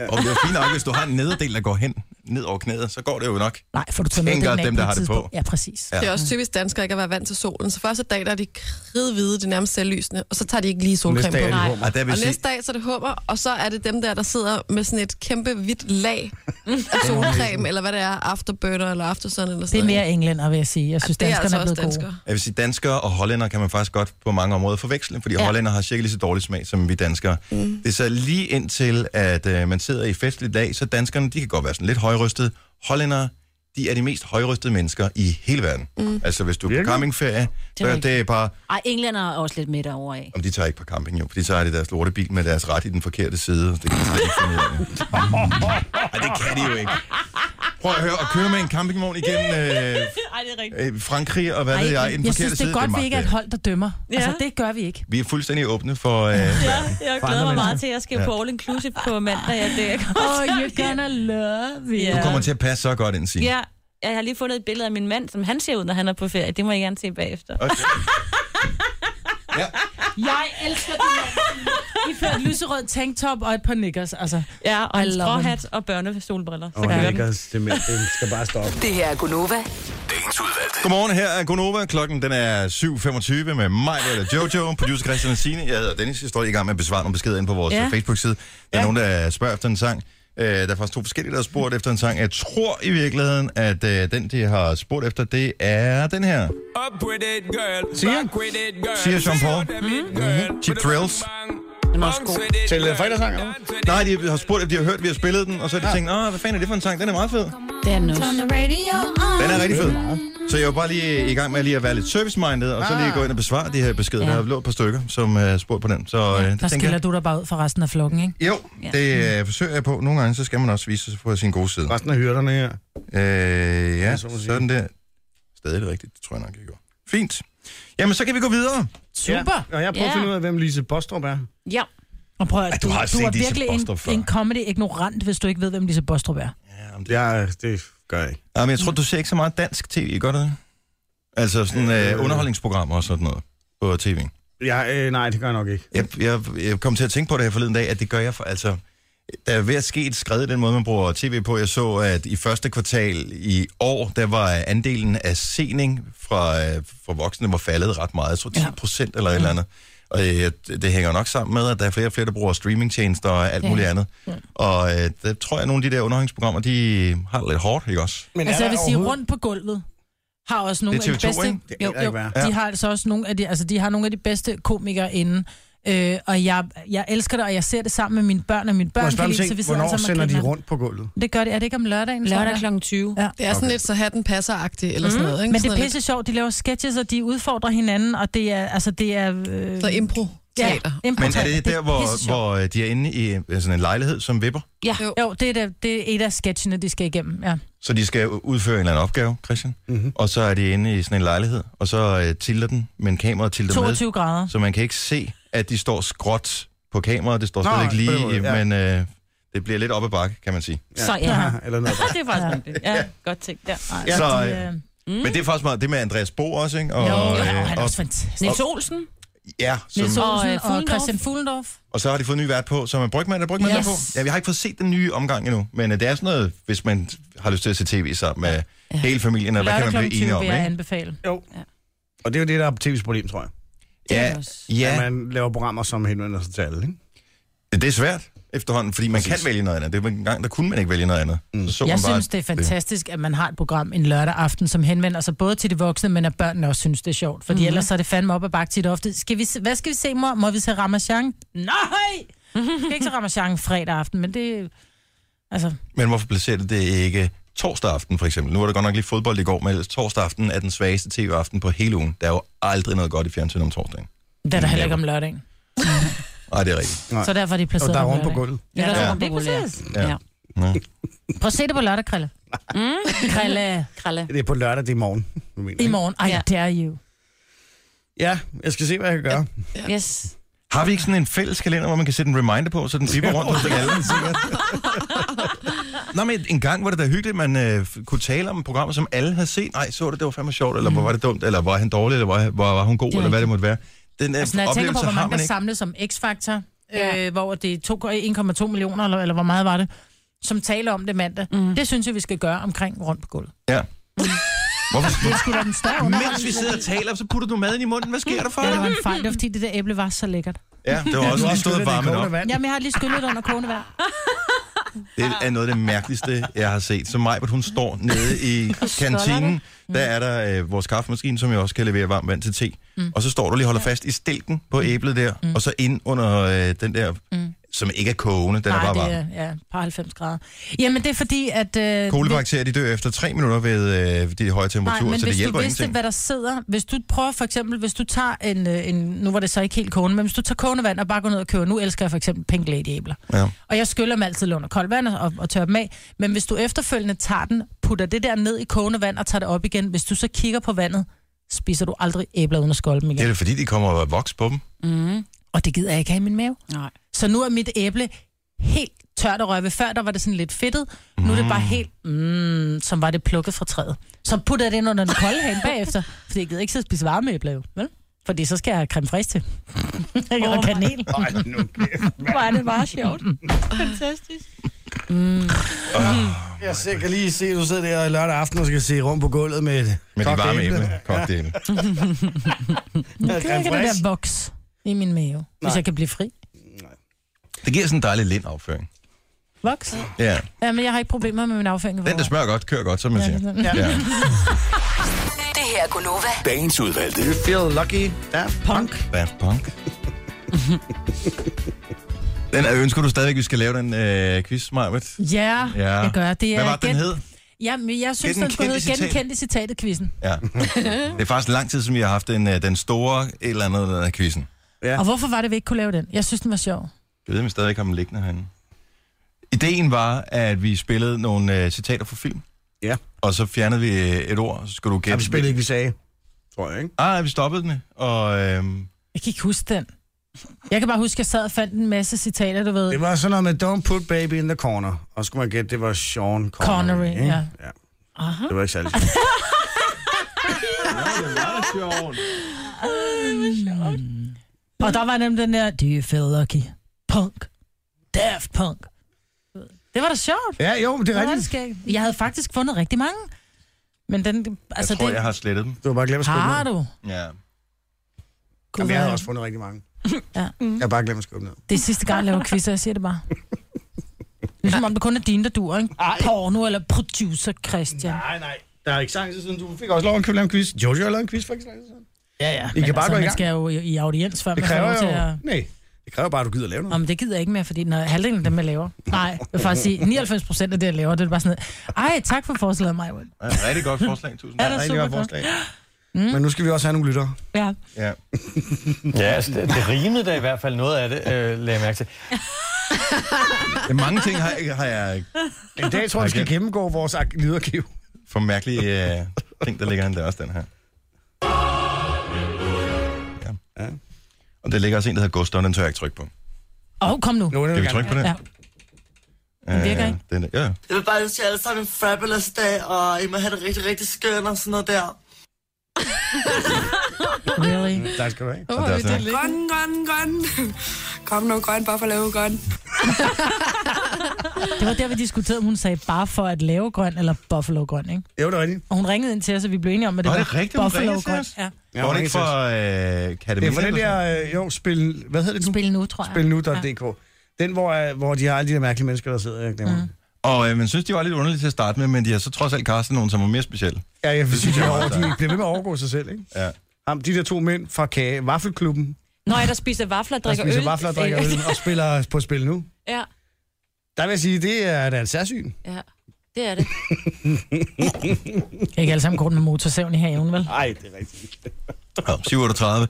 Og det er fint nok, hvis du har en nederdel, der går hen ned over knæet, så går det jo nok.
Nej, for du tager med
Tænker
den af
dem, der
på et
har det på.
tidspunkt. Ja, præcis.
Ja.
Det er også typisk danskere ikke at være vant til solen. Så første dag, der er de kridhvide, det er nærmest selvlysende, og så tager de ikke lige solcreme
Næste dag
på.
er det
Nej.
hummer.
Og der
Og
vil sige,
næste dag, så er det hummer, og så er det dem der, der sidder med sådan et kæmpe hvidt lag af solcreme, eller hvad det er, afterburner eller aftersun eller
Det er
sådan
mere englænder, vil jeg sige. Jeg synes,
det er
danskerne
altså
er
også
blevet gode.
danskere.
jeg vil sige, danskere og hollænder kan man faktisk godt på mange områder forveksle, fordi ja. hollænder har cirka lige så dårlig smag som vi danskere. Mm. Det er så lige indtil, at øh, man sidder i festlig dag, så danskerne, de kan godt være sådan lidt højrystede. Hollændere, de er de mest højrystede mennesker i hele verden. Mm. Altså, hvis du er på
Virkelig?
campingferie, så er det bare,
Ej, englænder er også lidt midt over af.
om de tager ikke på camping jo, fordi så er det deres lortebil med deres ret i den forkerte side. Det kan de slet ikke finde ud af. Ej, det kan de jo ikke. Prøv at høre, at køre med en campingvogn igennem øh,
Ej, det er rigtigt.
øh, Frankrig og hvad ved jeg, i den
jeg
forkerte
synes, det
side.
er godt, vi ikke er et
magter
hold, der dømmer. Ja. Altså, det gør vi ikke.
jeg. Vi er fuldstændig åbne for... Øh, ja.
Jeg
For
glæder
andre
mig
mennesker.
meget til, at jeg skal
Ja.
ja. på All Inclusive på mandag. Ja, det er jeg
Oh, you're gonna love it.
Du kommer til at passe så godt ind, Signe.
Ja, jeg har lige fundet et billede af min mand, som han ser ud, når han er på ferie. Det må jeg gerne se bagefter.
Okay.
Jeg elsker det. I fører et lyserød tanktop og et par knickers, altså.
Ja, og en
I love
stråhat og børnesolbriller. Så
Åh,
kører den.
lækkert. Det, med- det skal bare stoppe.
Det her er Gunova.
Dagens udvalgte.
Godmorgen, her er Gonova. Klokken den er 7.25 med mig, eller Jojo, producer Christian og Signe. Jeg hedder Dennis. Jeg står i gang med at besvare nogle beskeder ind på vores ja.
Ja.
Facebook-side. Der er ja. nogen, der spørger efter en sang. Øh, der er faktisk to forskellige, der har spurgt efter en sang. Jeg tror i virkeligheden, at øh, den, de har spurgt efter, det er den her.
Up with it, girl.
Sia?
Back with it, girl.
Sia Jean Paul.
Mm-hmm.
Cheap Thrills.
Den er også god.
Til, øh, fredagssangen, eller
Nej, de har spurgt, at de har hørt, at vi har spillet den, og så har de ja. tænkt, åh, hvad fanden er det for en sang? Den er meget fed.
Det er den også.
Den er rigtig fed. Så jeg var bare lige i gang med lige at være lidt service-minded, og så lige gå ind og besvare de her beskeder. Ah. Ja. Der er lå et par stykker, som er spurgt på den. Så ja, det
Der
tænker
skiller
jeg.
du dig bare ud fra resten af flokken, ikke?
Jo, det øh, forsøger jeg på. Nogle gange, så skal man også vise sig på sin gode side.
Resten af hyrderne her.
Øh, ja,
så må sige.
sådan der. Stadig det rigtigt, det tror jeg nok, jeg gjorde. Fint. Jamen, så kan vi gå videre.
Super.
Ja. Og jeg prøver
Ja.
at finde ud af, hvem Lise Bostrup er.
Ja.
Og prøv at,
du
du,
har
du
set
er
Lise
virkelig
Bostrup før.
en, en comedy-ignorant, hvis du ikke ved, hvem Lise Bostrup er.
Ja, det gør jeg ikke.
Ja, men jeg tror, du ser ikke så meget dansk tv, gør du det? Altså sådan øh, underholdningsprogrammer og sådan noget på tv.
Ja, øh, nej, det gør jeg nok ikke.
Jeg, jeg, jeg kom til at tænke på det her forleden dag, at det gør jeg for, altså... Der er ved at ske et skred i den måde, man bruger tv på. Jeg så, at i første kvartal i år, der var øh, andelen af sening fra, øh, fra voksne var faldet ret meget. Jeg tror 10 procent eller et eller andet. Og øh, det det hænger nok sammen med, at der er flere og flere, der bruger streamingtjenester og alt
Ja.
muligt andet. Og øh, der tror jeg, at nogle af de der underholdningsprogrammer, de har det lidt hårdt, ikke også?
Men
altså,
er
jeg
der
vil sige,
overhovedet-
rundt på gulvet har også nogle
Det er
af de
TV2,
bedste...
ikke?
Det
Jo,
kan
jo,
ikke være.
de har altså også nogle af de, altså, de har nogle af de bedste komikere inde. Øh, og jeg, jeg elsker det, og jeg ser det sammen med mine børn, og mine
Må
børn
jeg spørge om
lide altså, det,
ting? Hvornår
alle sammen og
sender de
kender
rundt på gulvet?
den. Det gør det, er det ikke om lørdagen? tror
Lørdag
jeg?
kl. 20.
Ja.
Det er sådan okay. lidt, så hatten passer-agtigt, eller sådan noget. Ikke?
Men det er
sådan
pisse sjovt, de laver sketches, og de udfordrer hinanden, og det er, altså det er... Øh,
lidt- Så impro-teater.
Men er
improteater.
det der, hvor,
altså, pissesjovt.
hvor øh, de er inde i øh, sådan en lejlighed, som vipper?
Ja.
Jo.
Jo, det er, det, det er et af sketchene, de skal igennem, ja.
Så de skal udføre en eller anden opgave, Christian.
Mhm.
Mm-hmm. Og så er de inde i sådan en lejlighed, og så øh, tilter den, men kameraet tilter med.
22 grader.
Så man kan ikke se, at de står skråt på kameraet. Det står
Nå,
stadig ikke
på den
lige,
måde,
ja.
ja.
men øh, det bliver lidt op ad bakke, kan man sige.
Så ja.
Eller noget.
Ah, Det er faktisk rigtigt. Ja, godt tænkt der.
Ja. Så,
de,
øh,
øh,
Mm. Men det er faktisk meget det med Andreas Bo også, ikke?
jo,
Og, øh,
jo, han er
og,
også fantastisk.
Nils Olsen.
ja,
Niels
som,
Olsen
Og, øh,
og, og
Fuglendorf.
Christian Fuglendorf.
og så har de fået en ny vært på, som er Brygman. Er Brygman yes.
Yes.
på? Ja, vi har ikke fået set den nye omgang endnu, men øh, det er sådan noget, hvis man har lyst til at se tv sammen med ja. hele familien, og hvad kan
Lørdag
man
kl.
blive
20
enige om,
vil jeg
ikke?
anbefale.
Jo. Og det er jo det, der er TV's problem, tror jeg.
Ja,
Ja.
ja,
At man laver programmer, som henvender sig til alle, ikke?
det er svært efterhånden, fordi man kan
Præcis.
vælge noget andet. Det var en gang, der kunne man ikke vælge noget andet. Så så
Jeg
man bare,
synes, det er fantastisk, at man har et program en lørdag aften, som henvender sig både til de voksne, men at børnene også synes, det er sjovt.
Mhm.
Fordi mm-hmm. ellers er det fandme op ad bakke tit og ofte. Skal vi se, hvad skal vi se, mor? Må vi se Ramachan? Nej! Vi skal ikke se Ramachan fredag aften, men det... Altså,
Men hvorfor placerer det det ikke torsdag aften, for eksempel? Nu var der godt nok lige fodbold i går, men ellers torsdag aften er den svageste tv-aften på hele ugen. Der er jo aldrig noget godt i fjernsyn om torsdagen.
det er der heller ikke
Never.
om lørdagen.
Nej, det er rigtigt.
Nej.
Så derfor er de
Og
placeret
der er
om
rundt på
lørdagen.
gulvet.
Ja, der
Ja.
er rundt på gulvet. ja.
Ja.
Ja.
Ja.
Prøv at se det på lørdag, Krille. Mm. Krille,
Kralle.
Det er på lørdag, det er i morgen. nu mener jeg.
i morgen. Ej,
Ja.
ja. dare you.
Ja, jeg skal se, hvad jeg kan gøre.
Yes.
Har vi ikke sådan en fælles kalender, hvor man kan sætte en reminder på, så den piper rundt hos alle? Nå, men en gang var det da hyggeligt, man øh, kunne tale om programmer, som alle havde set. Nej, så det, det var fandme sjovt, eller hvor var det dumt, eller var han dårlig, eller var, var, var hun god, eller hvad det måtte være. Den øh,
Altså, når jeg tænker på,
oplevelse har
hvor mange der
man ikke.
samles som X-Factor, ja. øh, hvor det er to- 1,2 millioner, eller, eller hvor meget var det, som taler om det mandag. Mm. Det synes jeg, vi skal gøre omkring rundt på gulvet.
Ja. Hvorfor?
Det skulle da den større
Mens vi sidder og taler, så putter du maden i munden. Hvad sker der for
Ja, det var
dig?
en fejl. Det var, fordi det der æble var så lækkert.
Ja, det var også lige stået varmen op.
Jamen, jeg har lige skyllet det under kogende vejr.
Det er noget af det mærkeligste, jeg har set. Så Majbert, hun står nede i kantinen. Der
Mm.
er der øh, vores kaffemaskine, som jo også kan levere varmt vand til te. Mm. Og så står du lige og holder fast i stilken på æblet der, mm. og så ind under øh, den der, mm. som ikke er kogende, den Nej, er bare
det
varm.
er ja, par 90 grader. Jamen, det er fordi, at... Øh,
Kolebakterier, de dør efter tre minutter ved øh, de høje
Nej,
temperaturer,
men
så det
hvis du
hjælper
vidste,
ingenting.
hvad der sidder... Hvis du prøver for eksempel, hvis du tager en, øh, en... Nu var det så ikke helt kogende, men hvis du tager kogende vand og bare går ned og køber... Nu elsker jeg for eksempel Pink Lady æbler.
Ja.
Og jeg skyller dem altid under koldt vand og, og tørrer dem af. Men hvis du efterfølgende tager den, putter det der ned i kogende vand og tager det op igen, hvis du så kigger på vandet, spiser du aldrig æbler uden at skålde dem igen.
Det er da fordi, de kommer og voks på dem.
Og det gider jeg ikke have i min mave.
Nej.
Så nu er mit æble helt tørt at røre ved. Før der var det sådan lidt fedtet. Nu er det bare helt, mm, som var det plukket fra træet. Så putter jeg det ind under den kolde hand bagefter, fordi jeg gider ikke sidde og spise varme æbler jo, vel? Fordi så skal jeg have creme fraiche til. Ikke? og kanel.
Nej, nu kæft.
Hvor er det bare sjovt. Fantastisk.
Jeg ser- kan lige se, at du sidder der i lørdag aften og skal se rum på gulvet med et
Med de
kogt
varme æble. Kogt æble.
Ja,
Jeg gider ikke have det der voks i min mave, Nej. hvis jeg kan blive fri.
Det giver sådan en dejlig lindafføring.
Voks?
Ja.
Ja, men jeg har ikke problemer med min afføring.
Den, der smører godt, kører godt, som man siger.
Det
Ja.
her er Gunova.
Dagens udvalgte.
You feel lucky, Daft Punk.
Daft Punk. den er, ønsker du stadigvæk, vi skal lave den øh, quiz, Marvitt?
Ja,
Ja.
ja, jeg gør. Det er
Hvad var det, den
gen-
hed?
Jamen, jeg synes,
Genkendte
den skulle hedde
citat.
genkendte citatet quizzen.
Ja. Det er faktisk lang tid, som vi har haft den, øh, den store et eller andet den her quizzen.
Og hvorfor var det, vi ikke kunne lave den? Jeg synes, den var sjov.
Jeg ved, om vi stadig har dem liggende herinde. Ideen var, at vi spillede nogle øh, citater fra film,
Ja,
og så fjernede vi øh, et ord, og så skulle du
ja
gætte.
vi spillede ikke, vi sagde. Tror jeg, ikke?
Ah, vi stoppede den, og øhm,
Jeg kan ikke huske den. Jeg kan bare huske, at jeg sad og fandt en masse citater, du ved.
Det var sådan noget med, don't put baby in the corner. Og så skulle man gætte, det var Sean Connery.
Connery,
ikke?
ja.
ja. Det var ikke særlig sjovt.
Og der var nemlig den der, do you feel lucky? Punk. Daft Punk. Det var da sjovt.
Ja, jo, men det er
Det var det
rigtigt.
skægt. Jeg havde faktisk fundet rigtig mange. Men den, altså
jeg tror,
det,
jeg har slettet dem.
Du har bare glemt at skrive
har
ned.
du.
Ja.
Jamen, jeg
hvor
havde
er-
også fundet rigtig mange.
Mm.
Jeg har bare glemt at skubbe ned.
Det er sidste gang, jeg laver quizzer, jeg siger det bare. Ligesom om det kun er dine, der dur, ikke?
Ej.
Porno eller producer, Christian.
Nej, nej. Der er ikke sang siden. Du fik også lov at købe lave en quiz. Jojo har lavet en quiz for ikke så lang tid siden.
Ja, ja.
I kan bare gå
Altså,
i
man
gang.
skal jo i, i audiens, før
Det
man får
kræver
lov til
jo...
at...
Nej, det kræver bare, at du gider lave noget.
Om det gider jeg ikke mere, fordi når halvdelen af dem, jeg laver... Nej, jeg vil faktisk sige, 99 procent af det, jeg laver, det er bare sådan noget. Ej, tak for forslaget, mig.
Ja, rigtig godt forslag, tusind tak.
det er
rigtig godt
super godt.
forslag.
Men nu skal vi også have nogle lyttere.
Ja.
Ja.
Ja, altså, det, det rimede da i hvert fald noget af det, øh, lagde jeg mærke til.
Ja, Mange ting har, jeg- har jeg
I dag tror jeg, vi skal gennemgå vores ak- lyderkiv.
for mærkelige øh, ting, der ligger han der også, den her. Ja. Og der ligger også en, der hedder Gustav, den tør jeg ikke trykke på.
Åh, oh, kom nu.
Nu er det
Kan vi
jo
trykke
gerne.
på den?
Ja. Den virker
Øh,
ikke.
Den er, ja, ja.
Jeg vil bare ønske jer alle sammen en fabulous dag, og I må have det rigtig, rigtig skønt og sådan noget der.
Really?
Tak skal du have.
Så det er sådan her.
Grøn, grøn, grøn. Kom nu, grøn, bare for at lave grøn.
Det var der, vi diskuterede, om hun sagde bare for at lave grøn eller buffalo grøn, ikke?
Jo, det er rigtigt.
Og hun ringede ind til os, og vi blev enige om, at det
Nå,
var
er det rigtigt, hun
buffalo
ringede til
grøn.
os?
Ja.
Ja,
Var det ikke for
mange
øh, Kademia?
ting. Det er for den
eller sådan
der... øh, Jo, spil... Hvad hedder det nu?
Spil nu, tror jeg.
Spilnu.dk. Den, hvor, øh, hvor de har alle de der mærkelige mennesker, der sidder og glemmer.
Og øh, man synes, de var lidt underlige til at starte med, men de har så trods alt kastet nogen, som var mere specielle.
Ja, jeg synes,
synes
de,
jeg
er
også,
over,
der er.
de bliver ved med at overgå sig selv, ikke?
Ja.
Ham, de der to mænd fra kage, Vaffelklubben,
Nå, jeg der spiser vafler og
der
drikker
spiser
øl.
vafler og drikker øl og spiller på spil nu.
Ja,
Der vil jeg sige, det er da et særsyn.
ja. Det er det.
Jeg er ikke alle sammen kort med motorsævn i haven, vel?
Nej, det er rigtigt.
Nå, 738.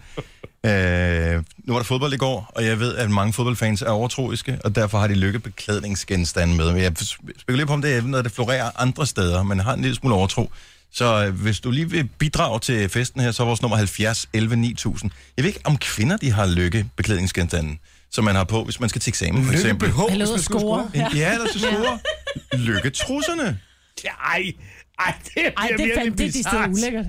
Øh, nu var der fodbold i går, og jeg ved, at mange fodboldfans er overtroiske, og derfor har de lykkebeklædningsgenstande med. Men Jeg sp- spekulerer på, om det er noget, der florerer andre steder, men har en lille smule overtro. Så øh, hvis du lige vil bidrage til festen her, så er vores nummer 70 11 9000. Jeg ved ikke, om kvinder de har lykkebeklædningsgenstande, som man har på, hvis man skal til eksamen, for
Lykke
eksempel.
BH, hvis
Eller ud
man
at
skulle score.
score. Ja.
Ja, der til store. Lykketrusserne.
Ej, ej, det er
Ej, det fandt det, de stod ulækkert.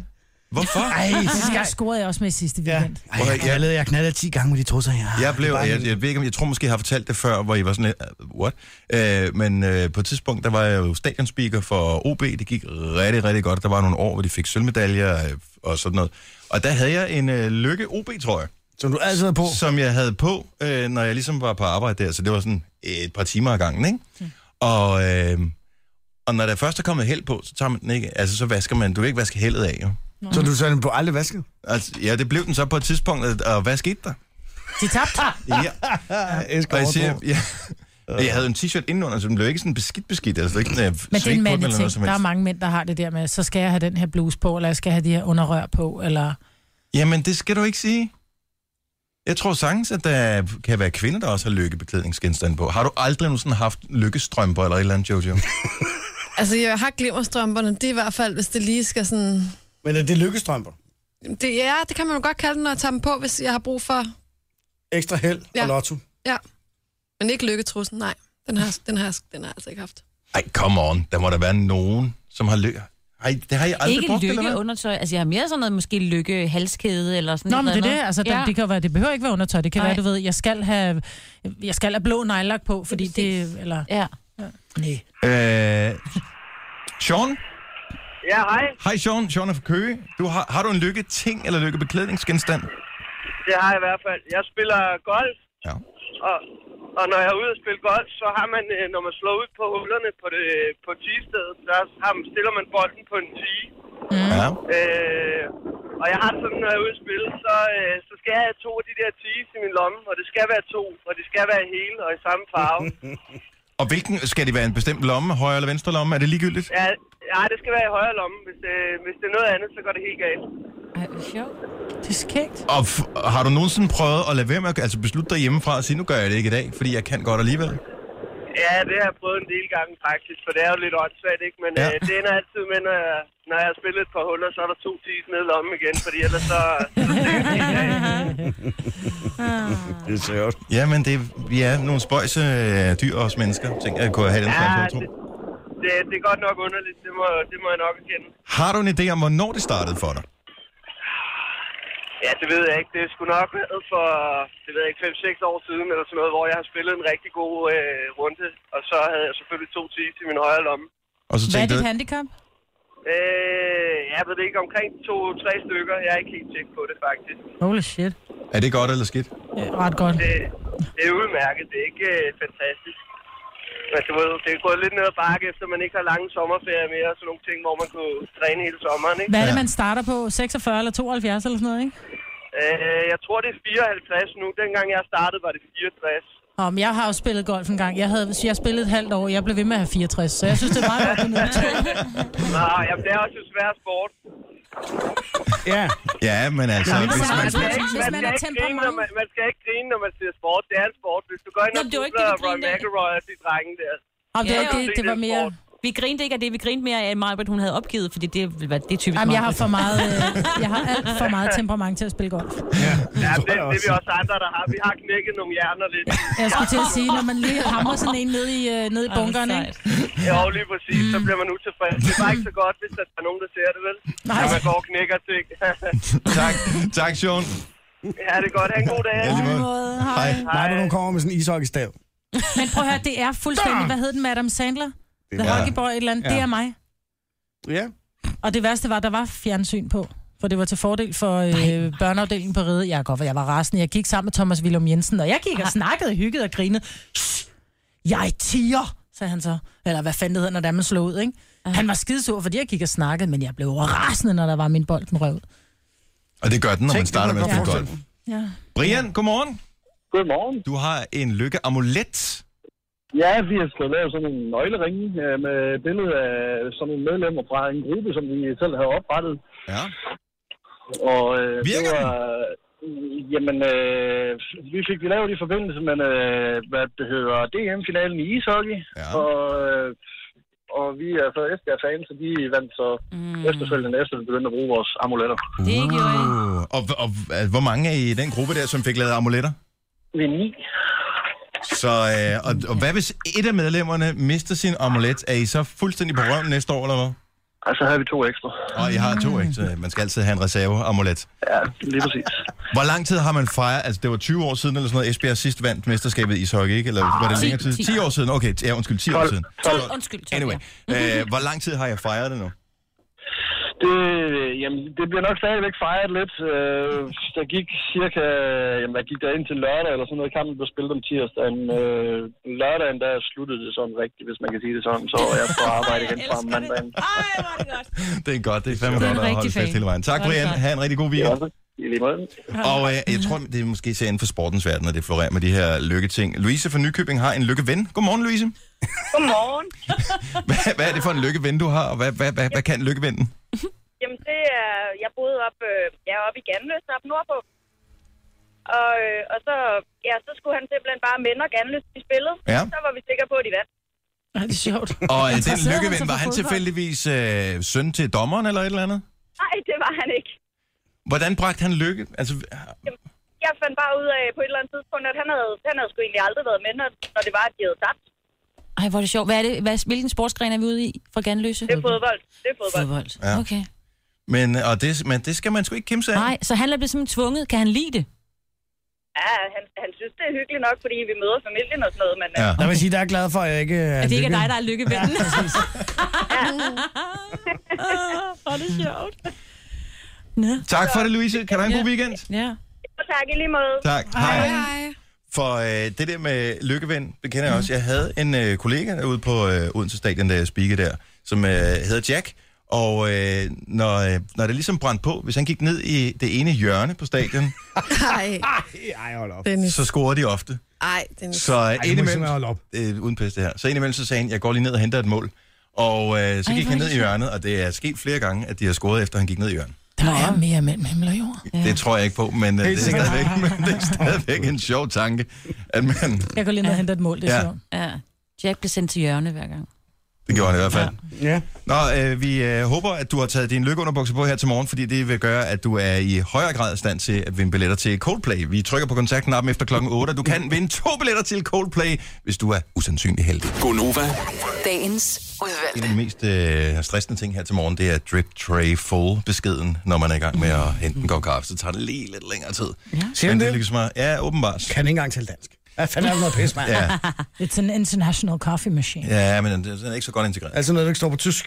Hvorfor?
Ej,
Det
det
her
skal...
scorede jeg også med i sidste
Ja.
weekend.
Ej, jeg knaldede, jeg knaldede 10 gange med de trusser her.
Jeg blev, jeg, jeg ved ikke, om jeg tror måske, jeg har fortalt det før, hvor I var sådan lidt, "Øh, what? Øh, men øh, på et tidspunkt, der var jeg jo stadionspeaker for OB, det gik rigtig, rigtig godt. Der var nogle år, hvor de fik sølvmedaljer øh, og sådan noget. Og der havde jeg en øh, lykke OB-trøje,
Som du altid er på.
Mm.
som jeg havde på, øh, når jeg ligesom var på arbejde der, så det var sådan et par timer ad gangen, ikke? Og, øh, og når der først er kommet held på, så tager man den ikke, altså så vasker man, du kan ikke vaske heldet af, jo.
Så du sagde, den blev aldrig vasket.
Altså, ja, det blev den så på et tidspunkt, og- og hvad skete der?
De tabte.
Ja,
Jeg skal
Og jeg siger,
overtro.
ja, jeg havde en t-shirt indenunder, så den blev ikke sådan beskidt beskidt. Altså, det var ikke sådan,
Men det er en mandeting. Der er mange mænd, der har det der med, så skal jeg have den her bluse på, eller jeg skal have de her underrør på, eller...
Jamen, det skal du ikke sige. Jeg tror sagtens, at der kan være kvinder, der også har lykkebeklædningsgenstande på. Har du aldrig nogensinde haft lykkestrømper eller et eller andet, Jojo?
Altså, jeg har glimmerstrømperne. Det er i hvert fald, hvis det lige skal sådan...
Men
øh,
er det lykkestrømper?
Det, ja, det kan man jo godt kalde den, når jeg tager dem på, hvis jeg har brug for...
Ekstra held
Ja.
og lotto.
Men ikke lykketrussen, nej. Den har, den har, den har jeg altså ikke haft.
Ej, come on. Der må der være nogen, som har lykke. Ej, det har jeg aldrig
Ikke
brugt, eller
lykke
hvad?
undertøj. Altså, jeg har mere sådan noget, måske lykke halskæde eller sådan
Nå,
noget.
men det er det, altså, ja.
ja.
det, kan jo være, det behøver ikke være undertøj. Det kan
Nej.
være, du ved, jeg skal have, jeg skal have blå nejlak på, fordi det, eller...
Ja.
Nej.
Øh, Sean?
Ja, hej.
Hej, Sean. Sean er fra Køge. Du har, har du en lykketing eller lykkebeklædningsgenstand?
Det har jeg i hvert fald. Jeg spiller golf,
Ja.
og, og når jeg er ude og spille golf, så har man, øh, når man slår ud på hullerne på, det, på teestedet, så har man, stiller man bolden på en tee.
Mm.
ja.
Øh, og jeg har det sådan, når jeg er ude at spille, så, øh, så skal jeg have to af de der tees i min lomme, og det skal være to, og det skal være hele og i samme farve.
Og hvilken, skal det være en bestemt lomme, højre eller venstre lomme? Er det ligegyldigt?
ja, ja, det skal være i højre lomme. Hvis det, hvis det er noget andet, så går det helt galt.
Ej, hvor sjovt.
Det er skægt.
Og f- har du nogensinde prøvet at lade være med at altså beslutte dig hjemmefra og sige, nu gør jeg det ikke i dag, fordi jeg kan godt alligevel?
Ja, det har jeg prøvet en del gange faktisk, for det er jo lidt åndssvagt, ikke? Men
Ja.
ja. øh, det ender altid med, når jeg, når jeg har spillet et par huller, så er der to tis ned i lommen igen, fordi ellers så...
Det er sjovt.
Ja, men det er- vi er nogle spøjse øh, dyr og os mennesker. Tænk, jeg kunne have den
ja,
slags
det,
overtro.
det, det er godt nok underligt, det må, det må jeg nok erkende.
Har du en idé om, hvornår det startede for dig?
Ja, det ved jeg ikke. Det er sgu nok været for, det ved jeg ikke, 5-6 år siden eller sådan noget, hvor jeg har spillet en rigtig god øh, runde, og så havde jeg selvfølgelig to tis i min højre lomme.
Og så
Hvad er
tænkte
dit
jeg,
handicap?
Øh, jeg ved det ikke, omkring to-tre stykker. Jeg er ikke helt tjek på det, faktisk.
Holy shit.
Er det godt eller skidt?
Ja, ret godt.
Det, Øh, det er udmærket. Det er ikke øh, fantastisk. Men du ved, det er gået lidt ned ad bakke, efter man ikke har lange sommerferier mere, og sådan nogle ting, hvor man kunne træne hele sommeren, ikke?
Hvad er det, man starter på? 46 eller 72 eller sådan noget, ikke?
Øh, jeg tror, det er 54 nu. Dengang jeg startede, var det 64.
Om jeg har jo spillet golf en gang. Jeg, havde, jeg spillede et halvt år, og jeg blev ved med at have 64, så jeg synes, det er Altså, meget godt. at kunne nå.
Nej, jamen, det er også en svær sport.
Ja. Ja, men altså...
Ja,
hvis
man,
man
skal ikke- man, skal ikke grine, når man, man skal ikke grine, når man ser sport. Det er en sport. Hvis du går ind
Nå,
og
men det var ikke
googler
det, vi
Roy
grinede af.
McElroy og de drenge der.
Om det var ikke det, det var mere...
Vi grinte ikke af det, vi grinte mere af, at Marbet, hun havde opgivet, fordi det ville være det er typisk
Jamen, jeg har
Maj-Brit.
for meget, øh, jeg har alt for meget temperament til at spille golf.
Ja, det, det er vi også andre, der har. Vi har knækket nogle hjerner lidt.
Jeg skulle til at sige, når man lige hamrer sådan en ned i, øh, ned i bunkeren, ikke?
Ja, og lige præcis. Så bliver man utilfreds. Det er bare ikke så godt, hvis der er nogen, der ser det, vel?
Nej.
Når man går og knækker ting.
tak, tak, Sean.
ja, det er godt. Ha' en god dag.
Ja, lige måde. Hej.
Nej, men hun kommer med sådan en ishockeystav.
Men prøv at høre, det er fuldstændig, hvad hed den, Madame Sandler? The
mig.
Hockey Boy, et eller andet.
Ja.
Det er mig.
Ja.
Og det værste var, at der var fjernsyn på. For det var til fordel for øh, børneafdelingen på Rede. Jeg kan godt, være, jeg var rasende. Jeg gik sammen med Thomas Willum Jensen, og jeg gik og snakkede, hyggede og grinede. Shh, jeg er tiger, sagde han så. Eller hvad fanden det hedder, når det er, man slår ud, ikke? Han var skidesur, fordi jeg gik og snakkede, men jeg blev rasende, når der var min bold, den røv ud.
Og det gør den, når man
Tænk,
starter
det
med
kunne
at spille
jeg
golf.
Ja.
Brian, godmorgen.
Godmorgen.
Du har en lykkeamulet.
Ja, vi har skulle lave sådan en nøgleringe øh, med et billede af sådan nogle medlemmer fra en gruppe, som vi selv havde oprettet.
Ja.
Og, øh,
Virker
det? Var, øh, jamen, øh, vi fik det lavet i forbindelse med, øh, hvad det hedder, DM-finalen i ishockey.
Ja.
Og, øh, og vi er så Esbjerg-fans, så de vandt så mm. efterfølgende efter, vi begyndte at bruge vores amuletter.
Det uh, og, og, og hvor mange er I i den gruppe der, som fik lavet amuletter?
Vi er ni.
Så, øh, og, og hvad hvis et af medlemmerne mister sin amulet? Er I så fuldstændig på røven næste år, eller hvad?
Og så havde vi to ekstra.
Og I har to ekstra. Man skal altid have en reserveamulet.
Ja, lige præcis.
Hvor lang tid har man fejret? Altså, det var 20 år siden, eller sådan noget, Esbjerg sidst vandt mesterskabet i ishockey, ikke? Eller var det
Ti,
længere tid?
ti.
10 år siden? Okay, t- ja, undskyld, 10 år siden.
Tolv, undskyld, tolv,
Anyway,
ja.
øh, hvor lang tid har jeg fejret det nu?
Det, jamen, det bliver nok stadigvæk fejret lidt. Øh, der gik cirka, jamen, der gik der ind til lørdag eller sådan noget. Kampen blev spillet om tirsdagen. Øh, lørdagen, der sluttede det sådan rigtigt, hvis man kan sige det sådan. Så var jeg på arbejde igen fra mandagen.
Det er godt, det er fandme
Det er en
godt at holde
rigtig
fast
fan.
hele vejen. Tak,
Hvor er det
Brian.
godt.
Ha' en rigtig god weekend.
I lige måde.
Og øh, jeg tror, det er måske ser inden for sportens verden, at det florerer med de her lykketing. Louise fra Nykøbing har en lykkeven. Godmorgen, Louise.
Godmorgen.
Hvad, hvad er det for en lykkeven, du har, og hvad, hvad, hvad, hvad kan lykkevennen?
Jamen, det er... Jeg boede op, øh, jeg er oppe i Ganløsen, op nordpå. Og, øh, og så, ja, så skulle han simpelthen bare mænd og Ganløsen i spillet.
Ja.
Så var vi sikre på, at de vandt.
Ej, det er sjovt.
Og øh, den
Interesserer han sig
lykkeven,
for
var han
fodbold?
tilfældigvis øh, søn til dommeren eller et eller andet?
Nej, det var han ikke.
Hvordan bragte han lykke? Altså,
Jeg fandt bare ud af på et eller andet tidspunkt, at han havde, han havde sgu egentlig aldrig været med, når, når det var, at de havde tabt.
Ej, hvor er det sjovt. Hvad er det? Hvad, hvilken sportsgren er vi ude i fra Ganløse?
Det er fodbold. Det er fodbold.
Fodbold.
Ja.
Okay.
men, og det, men det skal man sgu ikke kæmpe sig af.
Nej, så han er blevet simpelthen tvunget. Kan han lide det?
Ja, han, han synes, det er hyggeligt nok, fordi vi møder familien og sådan noget, men... øh,
Der vil jeg sige, der er jeg glad for, at jeg ikke er
At det ikke
lykke-
er dig, der er lykkevennen.
Hvor er det sjovt.
Tak for det, Louise. Kan du have en god weekend?
Ja.
Tak i lige måde.
Tak. Hej. For øh, det der med lykkeven, det kender jeg også. Jeg havde en øh, kollega ude på øh, Odense Stadion, da jeg speakede der, som øh, hedder Jack. Og øh, når, øh, når det ligesom brændte på, hvis han gik ned i det ene hjørne på stadion,
Ej.
Ej, hold op.
Dennis.
så scorede de ofte.
Ej, Dennis.
Så
må
indimellem,
simpelthen holde
øh, uden pis det her, så indimellem så sagde han, jeg går lige ned og henter et mål. Og øh, så
Ej,
gik
hvor
han
er
ned
det
i hjørnet, og det er sket flere gange, at de har scoret, efter han gik ned i hjørnet.
Der er mere mellem himmel og jord.
Ja. Det tror jeg ikke på, men, øh, det,
Helt
er
sikkert.
stadigvæk, men det er stadigvæk en sjov tanke, at man...
Jeg går lige ned og henter et mål, det er
Ja.
sjovt.
Ja. Jack bliver sendt til hjørne hver gang.
Det gjorde han i hvert fald.
Ja.
Nå, øh, vi øh, håber, at du har taget din lykkeunderbukser på her til morgen, fordi det vil gøre, at du er i højere grad i stand til at vinde billetter til Coldplay. Vi trykker på kontaktknappen efter klokken 8, og du kan vinde to billetter til Coldplay, hvis du er usandsynlig heldig.
Gonova.
Dagens
En
udvalgte.
af de mest øh, stressende ting her til morgen, det er drip tray full beskeden, når man er i gang med at hente en god kaffe. Så tager det lige lidt længere tid. Ja.
Mm.
Men
Siger den
det
det?
lykkes mig. Ja, åbenbart.
Kan ikke engang tale dansk. Hvad fanden er det noget pis, mand?
Ja.
It's an international coffee machine.
Ja, men den den er ikke så godt integreret.
Altså noget, der ikke står på tysk.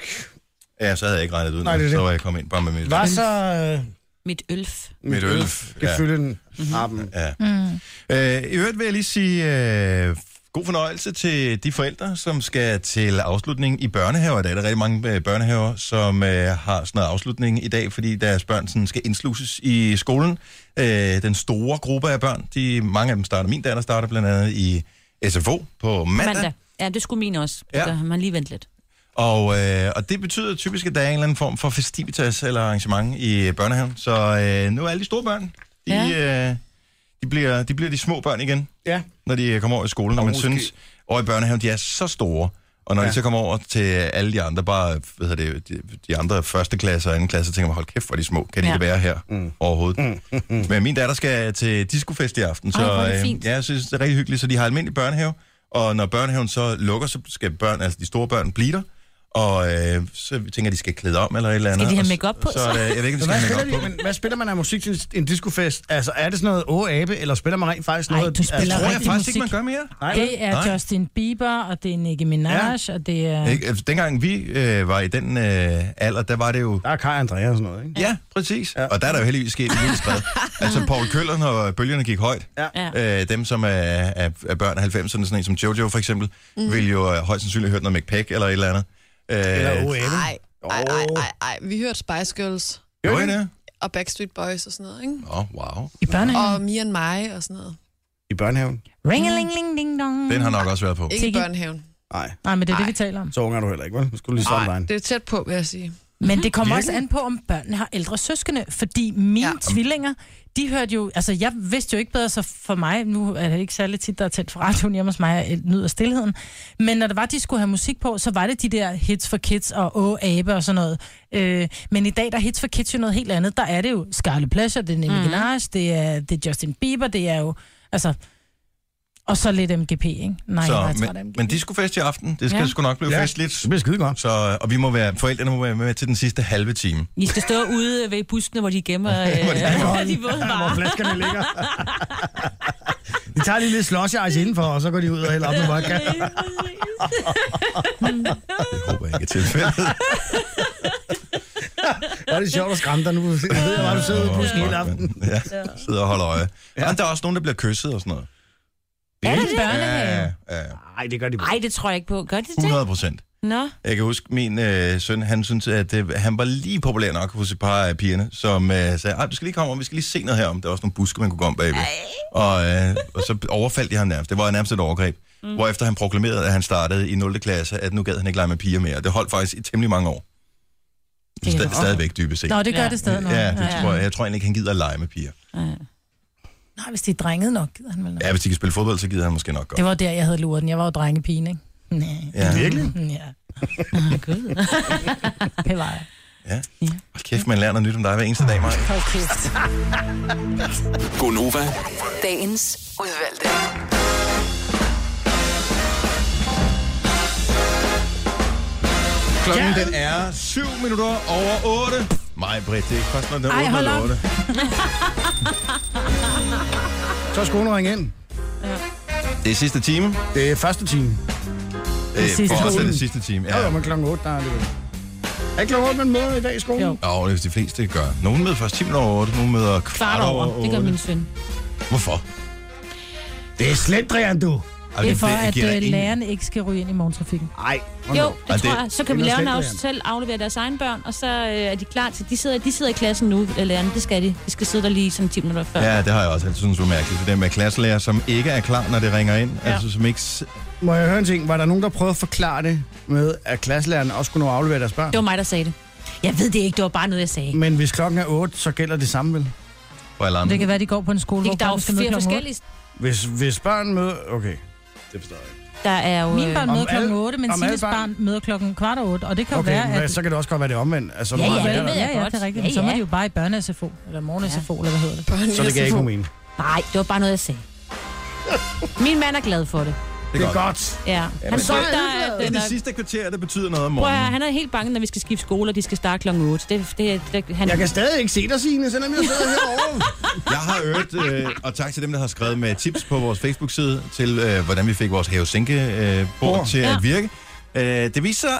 Ja, så havde jeg ikke regnet det ud.
Nej, det er
Så
det.
var jeg kommet ind bare med mit...
Hvad så... øh,
Mit ølf.
Mit ølf.
Kan fylde den armen.
Ja.
Mm.
Øh, I øvrigt vil jeg lige sige øh, god fornøjelse til de forældre, som skal til afslutning i børnehaver. Der er der rigtig mange øh, børnehaver, som øh, har sådan noget afslutning i dag, fordi deres børn sådan, skal indsluses i skolen. Øh, den store gruppe af børn, de, mange af dem starter, min datter starter blandt andet i SFO på mandag. mandag.
Ja, det skulle min også.
Ja.
Ja. Så har man lige vente lidt.
Og, øh, og det betyder typisk, at der er en eller anden form for festivitas eller arrangement i børnehaven. Så øh, nu er alle de store børn, de, ja. øh, de, bliver, de bliver de små børn igen,
ja.
når de øh, kommer over i skolen. Og man
måske-
synes, over i børnehaven, de er så store. Og når ja. de så kommer over til alle de andre, bare hvad hedder det, de, de andre første klasser og anden klasse, tænker man, hold kæft, hvor er de små. Kan de
Ja.
ja. være her mm. overhovedet? Mm. Men min datter skal til discofest i aften, så
Ej, hvor er det
øh,
fint.
ja, jeg synes, det er rigtig hyggeligt. Så de har almindelig børnehave, og når børnehaven så lukker, så skal børn, altså de store børn blive der. Og øh, så tænker jeg, de skal klæde om eller et eller andet.
de have
og så-
makeup på,
Så, er det- jeg ved ikke, om de skal
hvad,
have
spiller
makeup
de,
på.
men, hvad spiller man af musik til en discofest? Altså, er det sådan noget åh abe, eller spiller man rent faktisk noget?
du spiller
altså,
rigtig musik.
Nej, vel?
det er
Nej.
Justin Bieber, og det er Nicki Minaj, ja. og det er...
Ikke? Altså, Dengang vi øh, var i den øh, alder, der var det jo...
Der er Kaj Andrea og sådan noget, ikke?
Ja, præcis. Ja. Og der er der jo heldigvis sket en lille skred. altså, Paul Køller, når bølgerne gik højt,
Ja.
øh, dem som er, er, er børn af 90'erne, sådan en som Jojo for eksempel,
Mm.
mm. vil jo øh, højst sandsynligt have hørt noget McPack eller et eller andet. Øh,
Nej, nej, nej, nej, nej. Vi hørte Spice Girls.
Jo, ja. det?
Og Backstreet Boys og sådan noget, ikke?
Åh, oh, wow.
I børnehaven?
Og Me and My og sådan noget.
I børnehaven?
Ringelinglingdingdong.
Den har nok også været på.
Ikke i børnehaven.
Nej.
Nej, men det er det, vi taler om.
Så unge er du heller ikke, vel? Nu skulle du lige starte vejen.
Det er tæt på, vil jeg sige.
Men det kommer også
Virkelig?
an på, om børnene har ældre søskende, fordi mine ja. tvillinger, de hørte jo, altså jeg vidste jo ikke bedre, så for mig, nu er det ikke særlig tit, der er tændt for radioen hjemme hos mig, jeg nyder stillheden, men når det var, de skulle have musik på, så var det de der hits for kids og Åh, Abe og sådan noget. Øh, men i dag, der er hits for kids jo noget helt andet, der er det jo Scarlet Pleasure, det er Nicki
Mhm.
Minaj, det er, det er Justin Bieber, det er jo, altså, og så lidt MGP, ikke? Nej, så, jeg
så,
tror, det er
men,
MGP.
men de skulle fest i aften. Det skal
Ja.
ja. sgu nok blive
Ja.
ja. festligt. Det
bliver skide godt.
Så, og vi må være, forældrene må være med til den sidste halve time.
I skal stå ude ved buskene, hvor de gemmer øh, de våde
Hvor
varer.
flaskerne ligger. De tager lige lidt slås ice indenfor, og så går de ud og hælder op med vodka.
håber jeg ikke er tilfældet.
Var det sjovt at skræmme dig nu? Jeg ved, hvor du sidder ude på hele aften.
Ja, sidder og holder øje. Ja. Og der er også nogen, der bliver kysset og sådan noget.
Er der det?
Ja, ja.
Nej, det gør de
Nej, det tror jeg ikke på. Gør de det?
100 procent.
Nå.
Jeg kan huske, min øh, søn, han synes, at øh, han var lige populær nok hos et par af pigerne, som øh, sagde, "Ej, du skal lige komme om, vi skal lige se noget herom. Der var også nogle buske, man kunne gå om bagved. Og, øh, og så overfaldt de ham nærmest. Det var nærmest et overgreb. Mm. Hvorefter han proklamerede, at han startede i 0. klasse, at nu gad han ikke lege med piger mere. Det holdt faktisk i temmelig mange år.
Det er
Stad,
da-
stadigvæk dybest set.
Nå, det gør det stadig nok.
Ja,
Ja,
det
ja.
tror jeg. Jeg tror egentlig ikke, han gider at lege med piger.
Nej, hvis de er drenget nok, gider han vel nok.
Ja, hvis de kan spille fodbold, så gider han måske nok godt.
Det var der, jeg havde luret den. Jeg var jo drengepigen, ikke? Nej.
Ja. Virkelig?
Ja. Åh, Gud. det var jeg.
Ja. Hold kæft, man lærer noget nyt om dig hver eneste dag, Maja.
Hold kæft.
Gonova.
Dagens udvalgte.
Klokken den er 7 minutter over 8. Mig, Britt, det er ikke først, når den
Ej,
er
hold
8
op.
eller 8.
Så skulle hun ringe ind.
Det er sidste time.
Det er første time.
Det er Øh, for os er det sidste time.
Ja,
Ja.
ja men klokken 8, der er det vel. Er ikke klokken 8, man møder i dag i skolen? Jo.
Og det er de fleste gør. Nogle møder først 10 minutter over 8, nogle møder kvart,
Kvart over.
over 8.
Det gør min søn.
Hvorfor? Altså,
Det er slendrian, du.
Det er for,
det
at
giver da
øh,
ingen-
lærerne ikke skal ryge ind i morgentrafikken.
Nej.
Jo, det
Og
tror
det-
jeg. Så
det
kan vi
er
lave en
noget
aftale, selv aflevere deres egne børn, og så øh, er de klar til... De sidder, de sidder i klassen nu, øh, lærerne. Det skal de. De skal sidde der lige sådan 10 minutter før.
Ja, det har jeg også altid synes, var mærkeligt. Det der med klasselærer, som ikke er klar, når det ringer ind.
Ja.
Ja. Altså, som ikke... s-
Må jeg høre en ting? Var der nogen, der prøvede at forklare det med, at klasselærerne også kunne nå at aflevere deres børn?
Det var mig, der sagde det. Jeg ved det ikke. Det var bare noget, jeg sagde.
Men hvis klokken er 8, så gælder det samme vel?
For alle
Det kan være, de går på en skole, hvor
Ikke, der er jo
børnene skal møde
flere
klokken otte.
forskellige...
Hvis, hvis børn møder... Okay, det forstår jeg ikke.
Der er jo... øh,
Mine børn
Om
møder klokken
alle-
8, men
om alle
Sines barn møder klokken kvart over 8, og det kan jo
Okay,
være,
men
at...
så kan det også godt være det er omvendt. Altså,
Ja,
hvor
ja,
meget
ja,
er der?
det ja, ja, det er rigtigt. Men så må
Ja,
de
ja.
jo bare i børne-SFO, eller morgen-SFO, eller hvad hedder det?
Så det gav ikke god mening.
Nej, det var bare noget, jeg sagde. Min mand er glad for det.
Det er godt.
Ja. Han
så
frygter,
Det
at
er
den
det
er...
sidste kvarter, der betyder noget om
Prøv at høre,
morgenen.
han er helt bange, når vi skal skifte skole, og de skal starte klokken 8. Det, det, det, han...
Jeg kan stadig ikke se dig, Signe, selvom jeg sidder herovre.
Jeg har øvet, øh, og tak til dem, der har skrevet med tips på vores Facebook-side, til øh, hvordan vi fik vores hævesænke-bord øh, bord til
Ja.
at virke. Øh, det viser sig,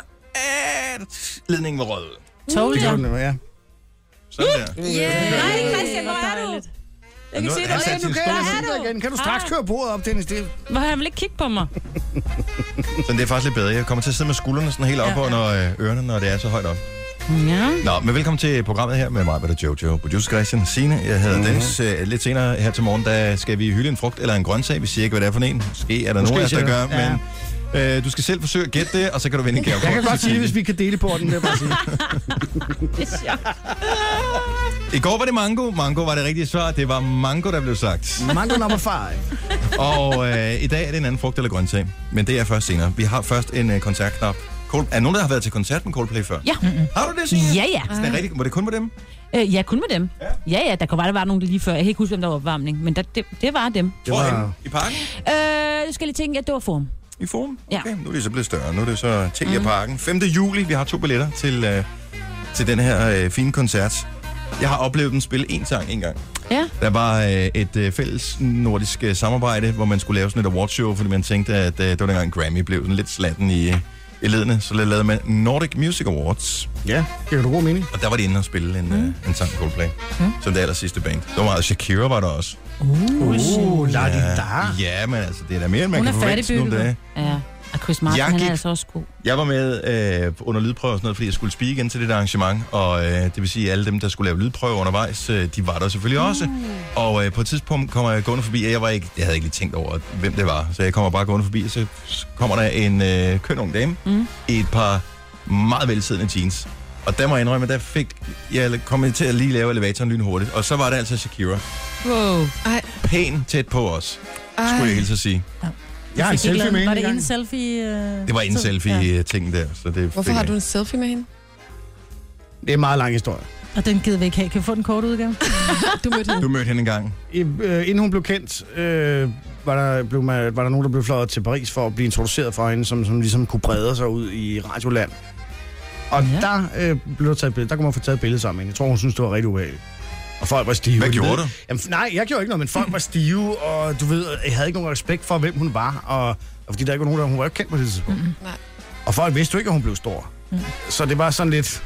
at ledningen var rød.
Told
Det
ya.
gjorde den, ja.
Sådan der.
Yeah. Nej, Christian, hvor er du? Jeg kan
Nu
se
er
dig
han sat
lidt.
til
Hvor
stol.
er du?
Igen. Kan du straks
Ah.
køre bordet op, Dennis? Det...
Hvor har han vel ikke kigge på mig?
Sådan, det er faktisk lidt bedre. Jeg kommer til at sidde med skuldrene sådan helt op ja, ja. under øh, ørerne, når det er så højt op.
Ja.
Nå, men velkommen til programmet her med mig, hvad der er Jojo, producer Christian, Signe, jeg hedder mm-hmm.
Mhm.
Dennis. Øh, Lidt senere her til morgen, der skal vi hylde en frugt eller en grøntsag. Vi siger ikke, hvad det er for en. Måske er der
Måske
nogen af os, der
siger
gør,
det. Ja.
ja. men øh, du skal selv forsøge at gætte det, og så kan du vinde en gave.
Jeg kan godt sige det, hvis vi kan dele på den. Det er bare at sige.
Det er sjovt.
I går var det mango. Mango var det rigtige svar. Det var mango, der blev sagt.
Mango number five.
og øh, i dag er det en anden frugt eller grøntsag, men det er først senere. Vi har først en øh, koncertknap. Cold... Er der nogen, der har været til koncert med Coldplay før?
Ja.
Har du det, Signe?
Ja, ja.
Sådan, er det rigtigt? Var det kun med dem?
Øh, ja, kun med dem. Ja, ja, der kunne være, der var nogen der lige før. Jeg kan ikke huske, hvem der var opvarmning, men der, det, det var dem.
Det var... I parken?
Øh, nu skal jeg lige tænke, at det var form.
I Forum?
Ja. Mhm.
Okay, nu er det så blevet større. Nu er det så Telia Parken. 5. juli, vi har to billetter til, øh, til den her øh, fine koncert. Jeg har oplevet dem spille én sang en gang.
Ja.
Der var øh, et øh, fælles nordisk øh, samarbejde, hvor man skulle lave sådan et awardshow, fordi man tænkte, at øh, det var dengang Grammy blev sådan lidt slatten i, øh, i ledene. Så lavede man Nordic Music Awards.
Ja, det er du god mening.
Og der var de inde og spille en,
Mhm.
øh, en sang Coldplay, mm. som det aller sidste band. Der var meget Shakira var der også.
Uh, uh la di da.
Ja, men altså, det er da mere, end man
Ah. Hun er
kan forvente sådan nogle
færdigbygget.
dage.
Ja. Og Chris Martin,
Jeg
han
gik-
er altså også god.
Jeg var med øh, under lydprøve og sådan noget, fordi jeg skulle speak igen til det der arrangement, og øh, det vil sige, at alle dem, der skulle lave lydprøve undervejs, øh, de var der selvfølgelig mm. også. Og øh, på et tidspunkt kommer jeg gående forbi, og jeg, var ikke, jeg havde ikke lige tænkt over, hvem det var, så jeg kommer bare gående forbi, og så kommer der en øh, køn ung dame mm. i et par meget velsiddende jeans. Og der må jeg indrømme, at der fik jeg kom til at lige lave elevatoren lynhurtigt, og så var det altså Shakira.
Wow.
Ej,
Pæn tæt på os, skulle jeg
Ej.
hilse at sige.
Jeg har en
Fik ikke
selfie
lavet-
med
Var
en
det en
gang.
selfie? Øh...
Det var en
tid? Ja.
selfie-ting der, så det
hvorfor
fik
har
jeg-
du en selfie med hende?
Det er en meget lang historie.
Og den gider vi ikke have. Kan vi få den korte udgave?
Du mødte hende.
Du mødte hende engang.
I, øh, inden hun blev kendt, øh, var, der, blev man, var der nogen, der blev fløjet til Paris for at blive introduceret for hende, som, som ligesom kunne brede sig ud i radioland. Og ja. der øh, blev der taget et billede. Der kunne man få taget et billede sammen. med hende. Jeg tror, hun synes, det var rigtig ubehageligt. Og folk var stive.
Hvad
Jeg
gjorde
ved-
du?
Jamen, f- nej, jeg gjorde ikke noget, men folk var stive, og du ved, jeg havde ikke nogen respekt for, hvem hun var, og, og fordi der ikke var nogen, der hun var jo ikke kendt på det tidspunkt. Mm-hmm.
Nej.
Og folk vidste jo ikke, at hun blev stor. Mm. Så det var sådan lidt...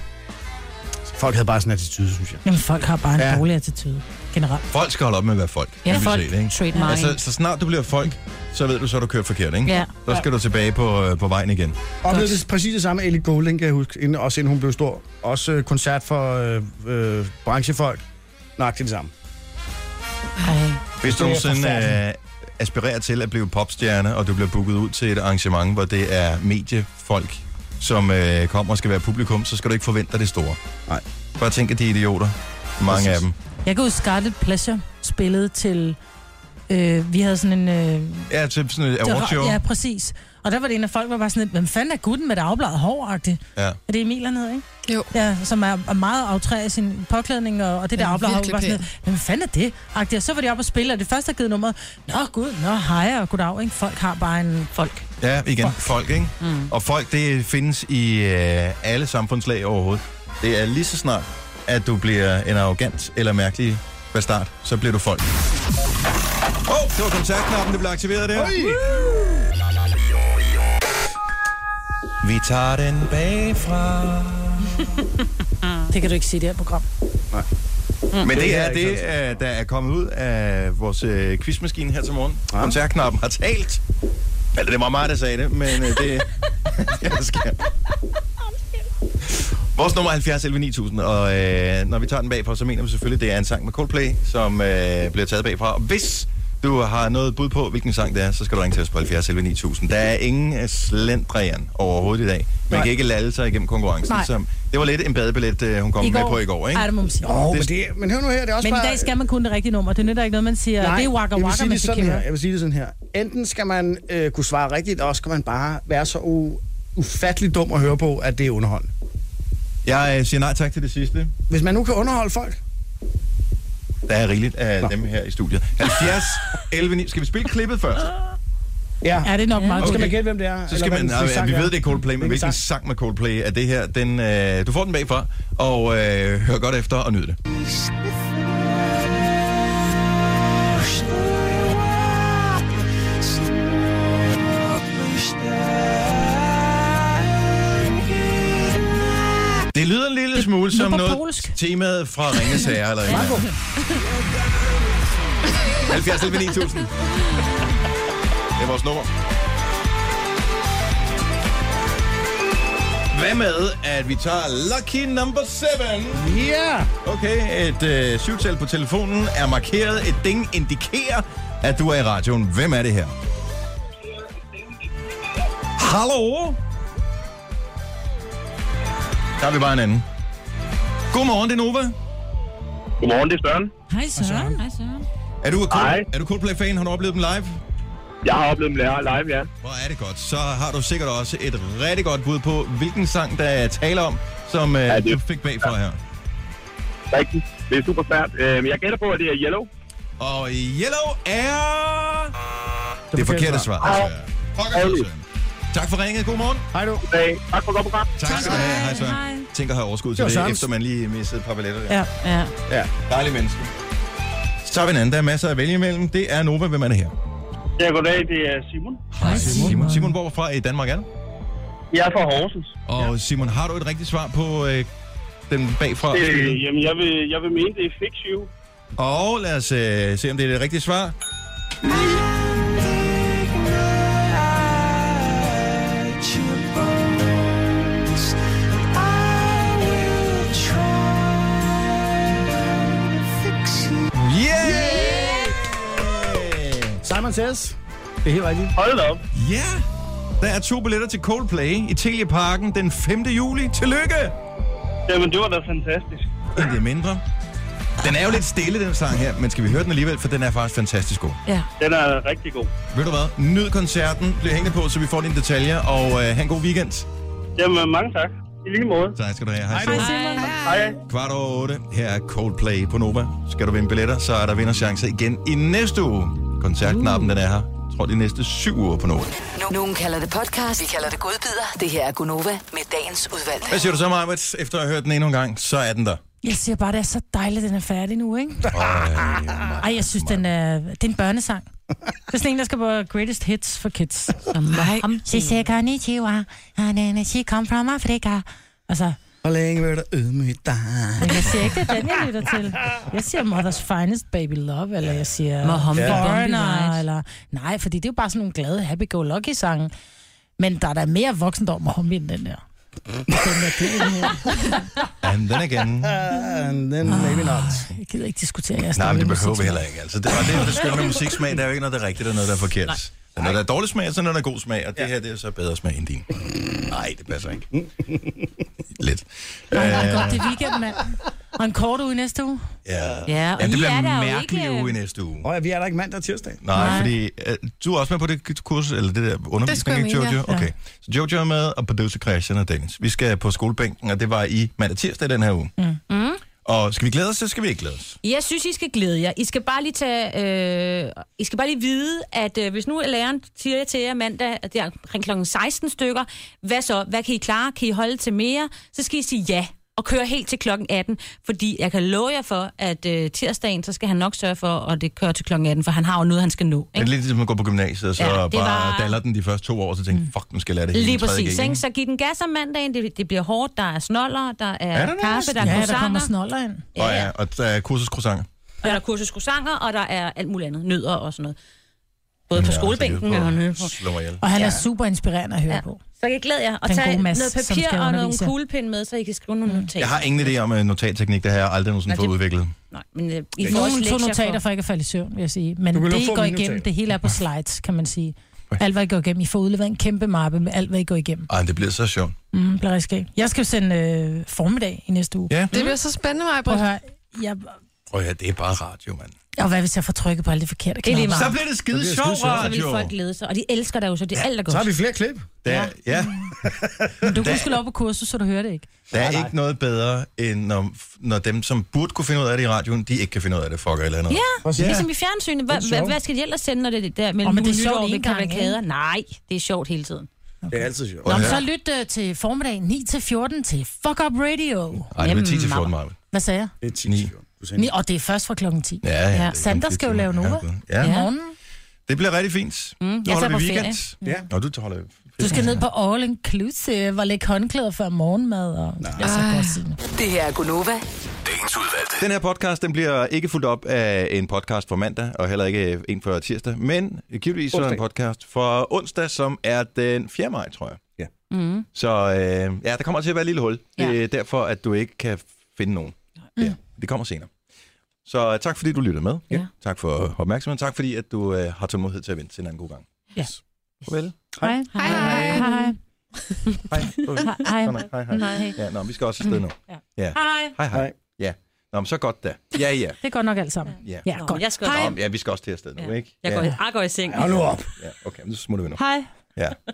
Folk havde bare sådan en attitude, synes jeg.
Jamen, folk har bare en
Ja.
ja. dårig attitude. Generelt.
Folk skal holde op med at være folk.
Ja,
dybest
folk.
set, ikke?
Trademark.
Altså, så snart du bliver folk, så ved du, så har du kørt forkert, ikke?
Ja.
Så skal du tilbage på, øh, på vejen igen.
Oplevede det præcis det samme med Ellie Goulding, kan jeg huske, inden, også inden hun blev stor. Også øh, koncert for øh, øh, branchefolk. Nøjagtigt det samme.
Hvis du
Det er
nogensinde øh,
forfærdeligt.
aspirerer til at blive popstjerne, og du bliver booket ud til et arrangement, hvor det er mediefolk, som øh, kommer og skal være publikum, så skal du ikke forvente dig det store.
Nej.
Bare tænk, at de er idioter. Mange
Præcis.
af dem.
Jeg kan huske Scarlet Pleasure spillede til... Øh, vi havde sådan en... Øh,
Ja, til sådan et awardshow.
Ja, præcis. Og der var det en af folk, der var sådan lidt, hvem fanden er gutten med det afbladet hår -agtigt?
Ja.
Er det Emil hernede, ikke?
Jo.
Ja, som er, er meget aftræet i sin påklædning, og, og det der
Ja,
afbladet hår
virkelig
var sådan lidt, hvem fanden er det? -agtigt. Og så var de oppe og spille, og det første, der givet nummeret, Nå gud, nå hej og goddag, ikke? Folk har bare en...
Folk.
Ja, igen. Folk, ikke? Mm. Og folk, det findes i øh, alle samfundslag overhovedet. Det er lige så snart, at du bliver en arrogant eller mærkelig bastard, så bliver du folk. Åh, oh, det var kontaktknappen, der blev aktiveret der. Vi tager den bagfra.
Det kan du ikke sige i det her program.
Men Mm. det er det, øh, der er kommet ud af vores øh, quizmaskine her til morgen. Ja. Kontaktknappen har talt. Eller det var mig, der sagde det, men øh, det, det er, der sker. Vores nummer er 70 11 9000, og øh, når vi tager den bagfra, så mener vi selvfølgelig, det er en sang med Coldplay, som øh, bliver taget bagfra. Og hvis du har noget bud på, hvilken sang det er, så skal du ringe til os på 70 11 9000. Der er ingen øh, slendrian overhovedet i dag. Man Nej. kan ikke lalle sig igennem konkurrencen.
Nej.
Så det var lidt en badebillet, øh, hun kom med på i går, ikke?
Ej, det må man sige.
Åh, men, det, men hør nu her, det er også
Men i
bare...
dag skal man kunne det rigtige nummer. Det nytter ikke noget, man siger, Nej, det er Waka
jeg vil
Waka
sige
med
det sådan
Shakira.
her. Jeg vil sige det sådan her. Enten skal man øh, kunne svare rigtigt, og også skal man bare være så u- ufattelig dum at høre på, at det er underholdende.
Jeg øh, siger nej tak til det sidste.
Hvis man nu kan underholde folk,
Der er rigeligt af Nå. dem her i studiet. 70, 11, 9. Skal vi spille klippet først?
ja.
Ja, det er nok meget
Så skal
Okay.
man gætte, hvem det er.
Så skal man,
Ah, eller hvad den
nej,
sang
vi
er.
ved, det er Coldplay, men
Hvilken
hvilken
sang?
sang med Coldplay er det her? Den, øh, du får den bagfra, og øh, hør godt efter og nyd det. Det lyder en lille smule som
på
noget
polsk.
temaet fra Ringes Herre. Eller
Meget god.
70 11 9000. Det er vores nummer. Hvad med, at vi tager lucky number 7?
Ja! Yeah.
Okay, et øh, syvtal på telefonen er markeret. Et ding indikerer, at du er i radioen. Hvem er det her? Hallo? Der har vi bare en anden. Godmorgen, det er Nova.
Godmorgen, det er Søren.
Hej Søren. Hej Søren.
Er du, Cold, er du Coldplay-fan? Har du oplevet dem live?
Jeg har oplevet dem live, ja.
Hvor er det godt. Så har du sikkert også et rigtig godt bud på, hvilken sang, der er tale om, som øh, ja, du fik bagfra her.
Rigtigt. Det er super svært. Øh, men jeg gætter på, at det er Yellow.
Og Yellow er... Det, det forkerte svar.
Ah.
desværre. Fuck, altså, Søren. Tak for ringet. God morgen.
Hej du.
Hey, tak for godt program.
Tak skal du have. Hej, Søren. Tænk at have overskud
Det
til
var
det,
Sørens.
efter man lige missede et par balletter der.
Ja, ja.
Ja, dejlig menneske. Så tager vi en anden. Der er masser at vælge imellem. Det er Nova. Hvem er det her?
Ja, goddag, det er Simon.
Hej, Simon. Simon, hvorfra i Danmark er du?
Jeg er fra Horsens.
Og Simon, har du et rigtigt svar på øh, den bagfra?
Øh, jamen, jeg vil, jeg vil mene, det er Fix You.
Og lad os øh, se, om det er det rigtige svar. Yeah!
Simon Says. Det er helt rigtigt.
Hold op.
Ja! Der er to billetter til Coldplay i Teleparken den 5. juli. Tillykke!
Jamen, det var da fantastisk.
Intet mindre. Den er jo lidt stille, den sang her, men skal vi høre den alligevel, for den er faktisk fantastisk god.
Ja.
Den er rigtig god.
Ved du hvad? Nyd koncerten, bliv hængende på, så vi får dine detaljer, og øh, have en god weekend.
Jamen, mange tak. I lige måde.
Tak skal du have. Hej,
Hej, Simon. Hej.
Kvart over otte. Her er Coldplay på Nova. Skal du vinde billetter, så er der vinderchance igen i næste uge. Koncertknappen, den er her. Jeg tror, det er næste syv uger på Nova.
Nu- Nogen kalder det podcast, vi kalder det godbider. Det her er Gunova med dagens udvalgte.
Hvad siger du så, Marvitt? Efter at have hørt den endnu en gang, så er den der.
Jeg siger bare, det er så dejligt, den er færdig nu, ikke?
Ej,
Ej, jeg synes, den er, det er en børnesang. Det er sådan en, der skal på Greatest Hits for Kids. Nej. She said, konnichiwa, and then she come from Africa. Altså,
Hvor længe vil du ydmyge dig?
men jeg siger ikke, det er den, jeg lytter til. Jeg siger Mother's Finest Baby Love, eller jeg siger
Med Humpty Dumpty
Foreigner,
Nights.
eller... Nej, fordi det er jo bare sådan nogle glade happy-go-lucky-sange. Men der er da mere voksent om at hoppe ind den der.
And then again.
And then maybe not.
Jeg gider ikke diskutere jeres
Nej, men det
dårlige
behøver vi
musiksmag.
heller ikke. Altså, det, og det er jo det skønne med musiksmag. Der er jo ikke noget, der er rigtigt, og noget, der er forkert. Der er noget, der er dårlig smag, og så er noget, der er god smag. Og det her, det er så bedre smag end din. Nej, det passer ikke. Lidt.
Nå, men
Øh,
godt, det er weekend, mand. Og en kort uge i næste uge.
Ja, ja,
Ja,
ja
og
det
I
bliver
er
en
der jo
mærkelig
ikke.
uge i næste uge.
Åh, ja, vi er der ikke mandag og tirsdag.
Nej,
Nej.
Nej. fordi øh, du er også med på det kursus, eller det der undervisning,
jeg
ikke
mene,
Jojo?
ja.
Okay. Så Jojo er med, og producer Christian og Dennis. Vi skal på skolebænken, og det var i mandag tirsdag den her uge.
Mm.
Og skal vi glæde os, så skal vi ikke glæde os.
Jeg synes, I skal glæde jer. I skal bare lige, tage, øh, I skal bare lige vide, at øh, hvis nu læreren siger til jer mandag, at det er omkring kl. 16 stykker, hvad så? Hvad kan I klare? Kan I holde til mere? Så skal I sige ja og køre helt til klokken 18, fordi jeg kan love jer for, at øh, tirsdagen, så skal han nok sørge for, at det kører til klokken 18, for han har jo noget, han skal nå.
Det er lidt ligesom at gå på gymnasiet, og så
Ja,
ja,
det
bare var...
var-
daller den de første to år, og så tænker mm. fuck, nu skal jeg lære det hele i
Lige
tredje
præcis,
G,
ikke? Så giv den gas om mandagen, det, det bliver hårdt, der er snoller, der er,
Er der det?
kaffe, der er
Ja, der
croissanter.
kommer snoller ind.
Og, ja, og der er kursuscroissanter.
Og der er kursus croissanter, og der er alt muligt andet, nødder og sådan noget. Både på skolebænken og nede på.
Slå mig ihjel.
Og han er super inspirerende at høre ja. på.
Så jeg glæder jer at
Den
tage
gode Mads,
noget
som skal
papir og nogle
undervise jer. Mm.
kuglepind med, så I kan skrive nogle notater.
Jeg har ingen idé om uh, notatteknik, det har jeg aldrig nogensinde
Nej,
fået
det-
udviklet.
Nej, men øh, I
I
får også
Nogen to
lektier
notater
for.
for ikke at falde i søvn, vil jeg sige. Men
Du kan
det,
lov
I
få
går
mine
igennem,
notater.
det hele er på slides, kan man sige. Alt, hvad I går igennem. I får udleveret en kæmpe mappe med alt, hvad I går igennem.
Ej, det bliver så sjovt.
Mm, bliver rigtig skægt. Jeg skal jo sende øh, formiddag i næste uge.
Ja. Det
bliver så spændende, mig,
Prøv at høre. Jeg,
Prøv at høre, det er bare radio, mand.
og hvad hvis jeg får trykket på alle de forkerte
Det er lige
knapper?
Så
meget.
bliver det skide Så bliver det sjov skide sjov.
Så vil
radio.
folk glæde sig, og de elsker dig jo, så det er alt, der godt.
Så har vi flere klip.
Der, ja.
Men du
Der-
kunne skulle op på kursus, så du hører det ikke.
Der er ikke noget bedre, end når, når dem, som burde kunne finde ud af det i radioen, de ikke kan finde ud af det, fucker eller andet.
Ja, ligesom i fjernsynet.
Det er
Hvad,
sjovt.
hvad, hvad skal de ellers sende, når det er der mellem
Åh, men det er
jul og nytår,
sjovt en
ved
gang, ikke?
kavalkader? Nej, det er sjovt hele tiden.
Det er altid sjovt.
Nå, men så lyt øh, til formiddag 9-14 til Fuck Up Radio.
Ej, det bliver 10 til
Jamen,
14, Marvind.
Hvad sagde jeg?
Det er 10 til 14.
Ni, og det er først fra klokken 10.
Ja, ja, det er
Sander
kun
skal jo
fire
lave
timer.
Nova
Ja,
ja.
ja.
i morgen.
Det bliver rigtig fint.
Mm,
Nu
jeg
holder
tager
vi
på
weekend.
ferie.
Ja. Nå, du holder
Du skal ned på All Inclusive og lægge håndklæder før morgenmad. Og... Ja, så godt, Signe.
Det her er Gunova.
Den her podcast, den bliver ikke fuldt op af en podcast for mandag, og heller ikke en for tirsdag, men givetvis så er der en
Onsdag.
podcast for onsdag, som er den 4. maj, tror jeg. Ja.
Mm.
Så øh, ja, der kommer til at være et lille hul. Ja. Det er derfor, at du ikke kan finde nogen.
Mm.
Ja, det kommer senere. Så øh, tak fordi du lyttede med.
Ja.
Tak for opmærksomheden. Tak fordi at du øh, har tålmodighed til at vente til en anden god gang.
Ja.
Farvel.
Hej. Hej. Hej. Hej.
Hej.
Hej.
Sådan, hej, hej.
Nej.
Ja, nå, vi skal også afsted nu.
Ja.
Ja.
Hej.
Hej, hej. Ja. Nå, men så godt da. Ja, ja.
Det er godt nok alt sammen.
Ja.
ja godt.
Jeg skal
Nå, men ja, vi skal også til afsted nu, ikke?
Jeg går,
ja.
jeg går i seng.
Hold nu op. Ja, okay, men så smutter vi nu.
Hej.
Ja.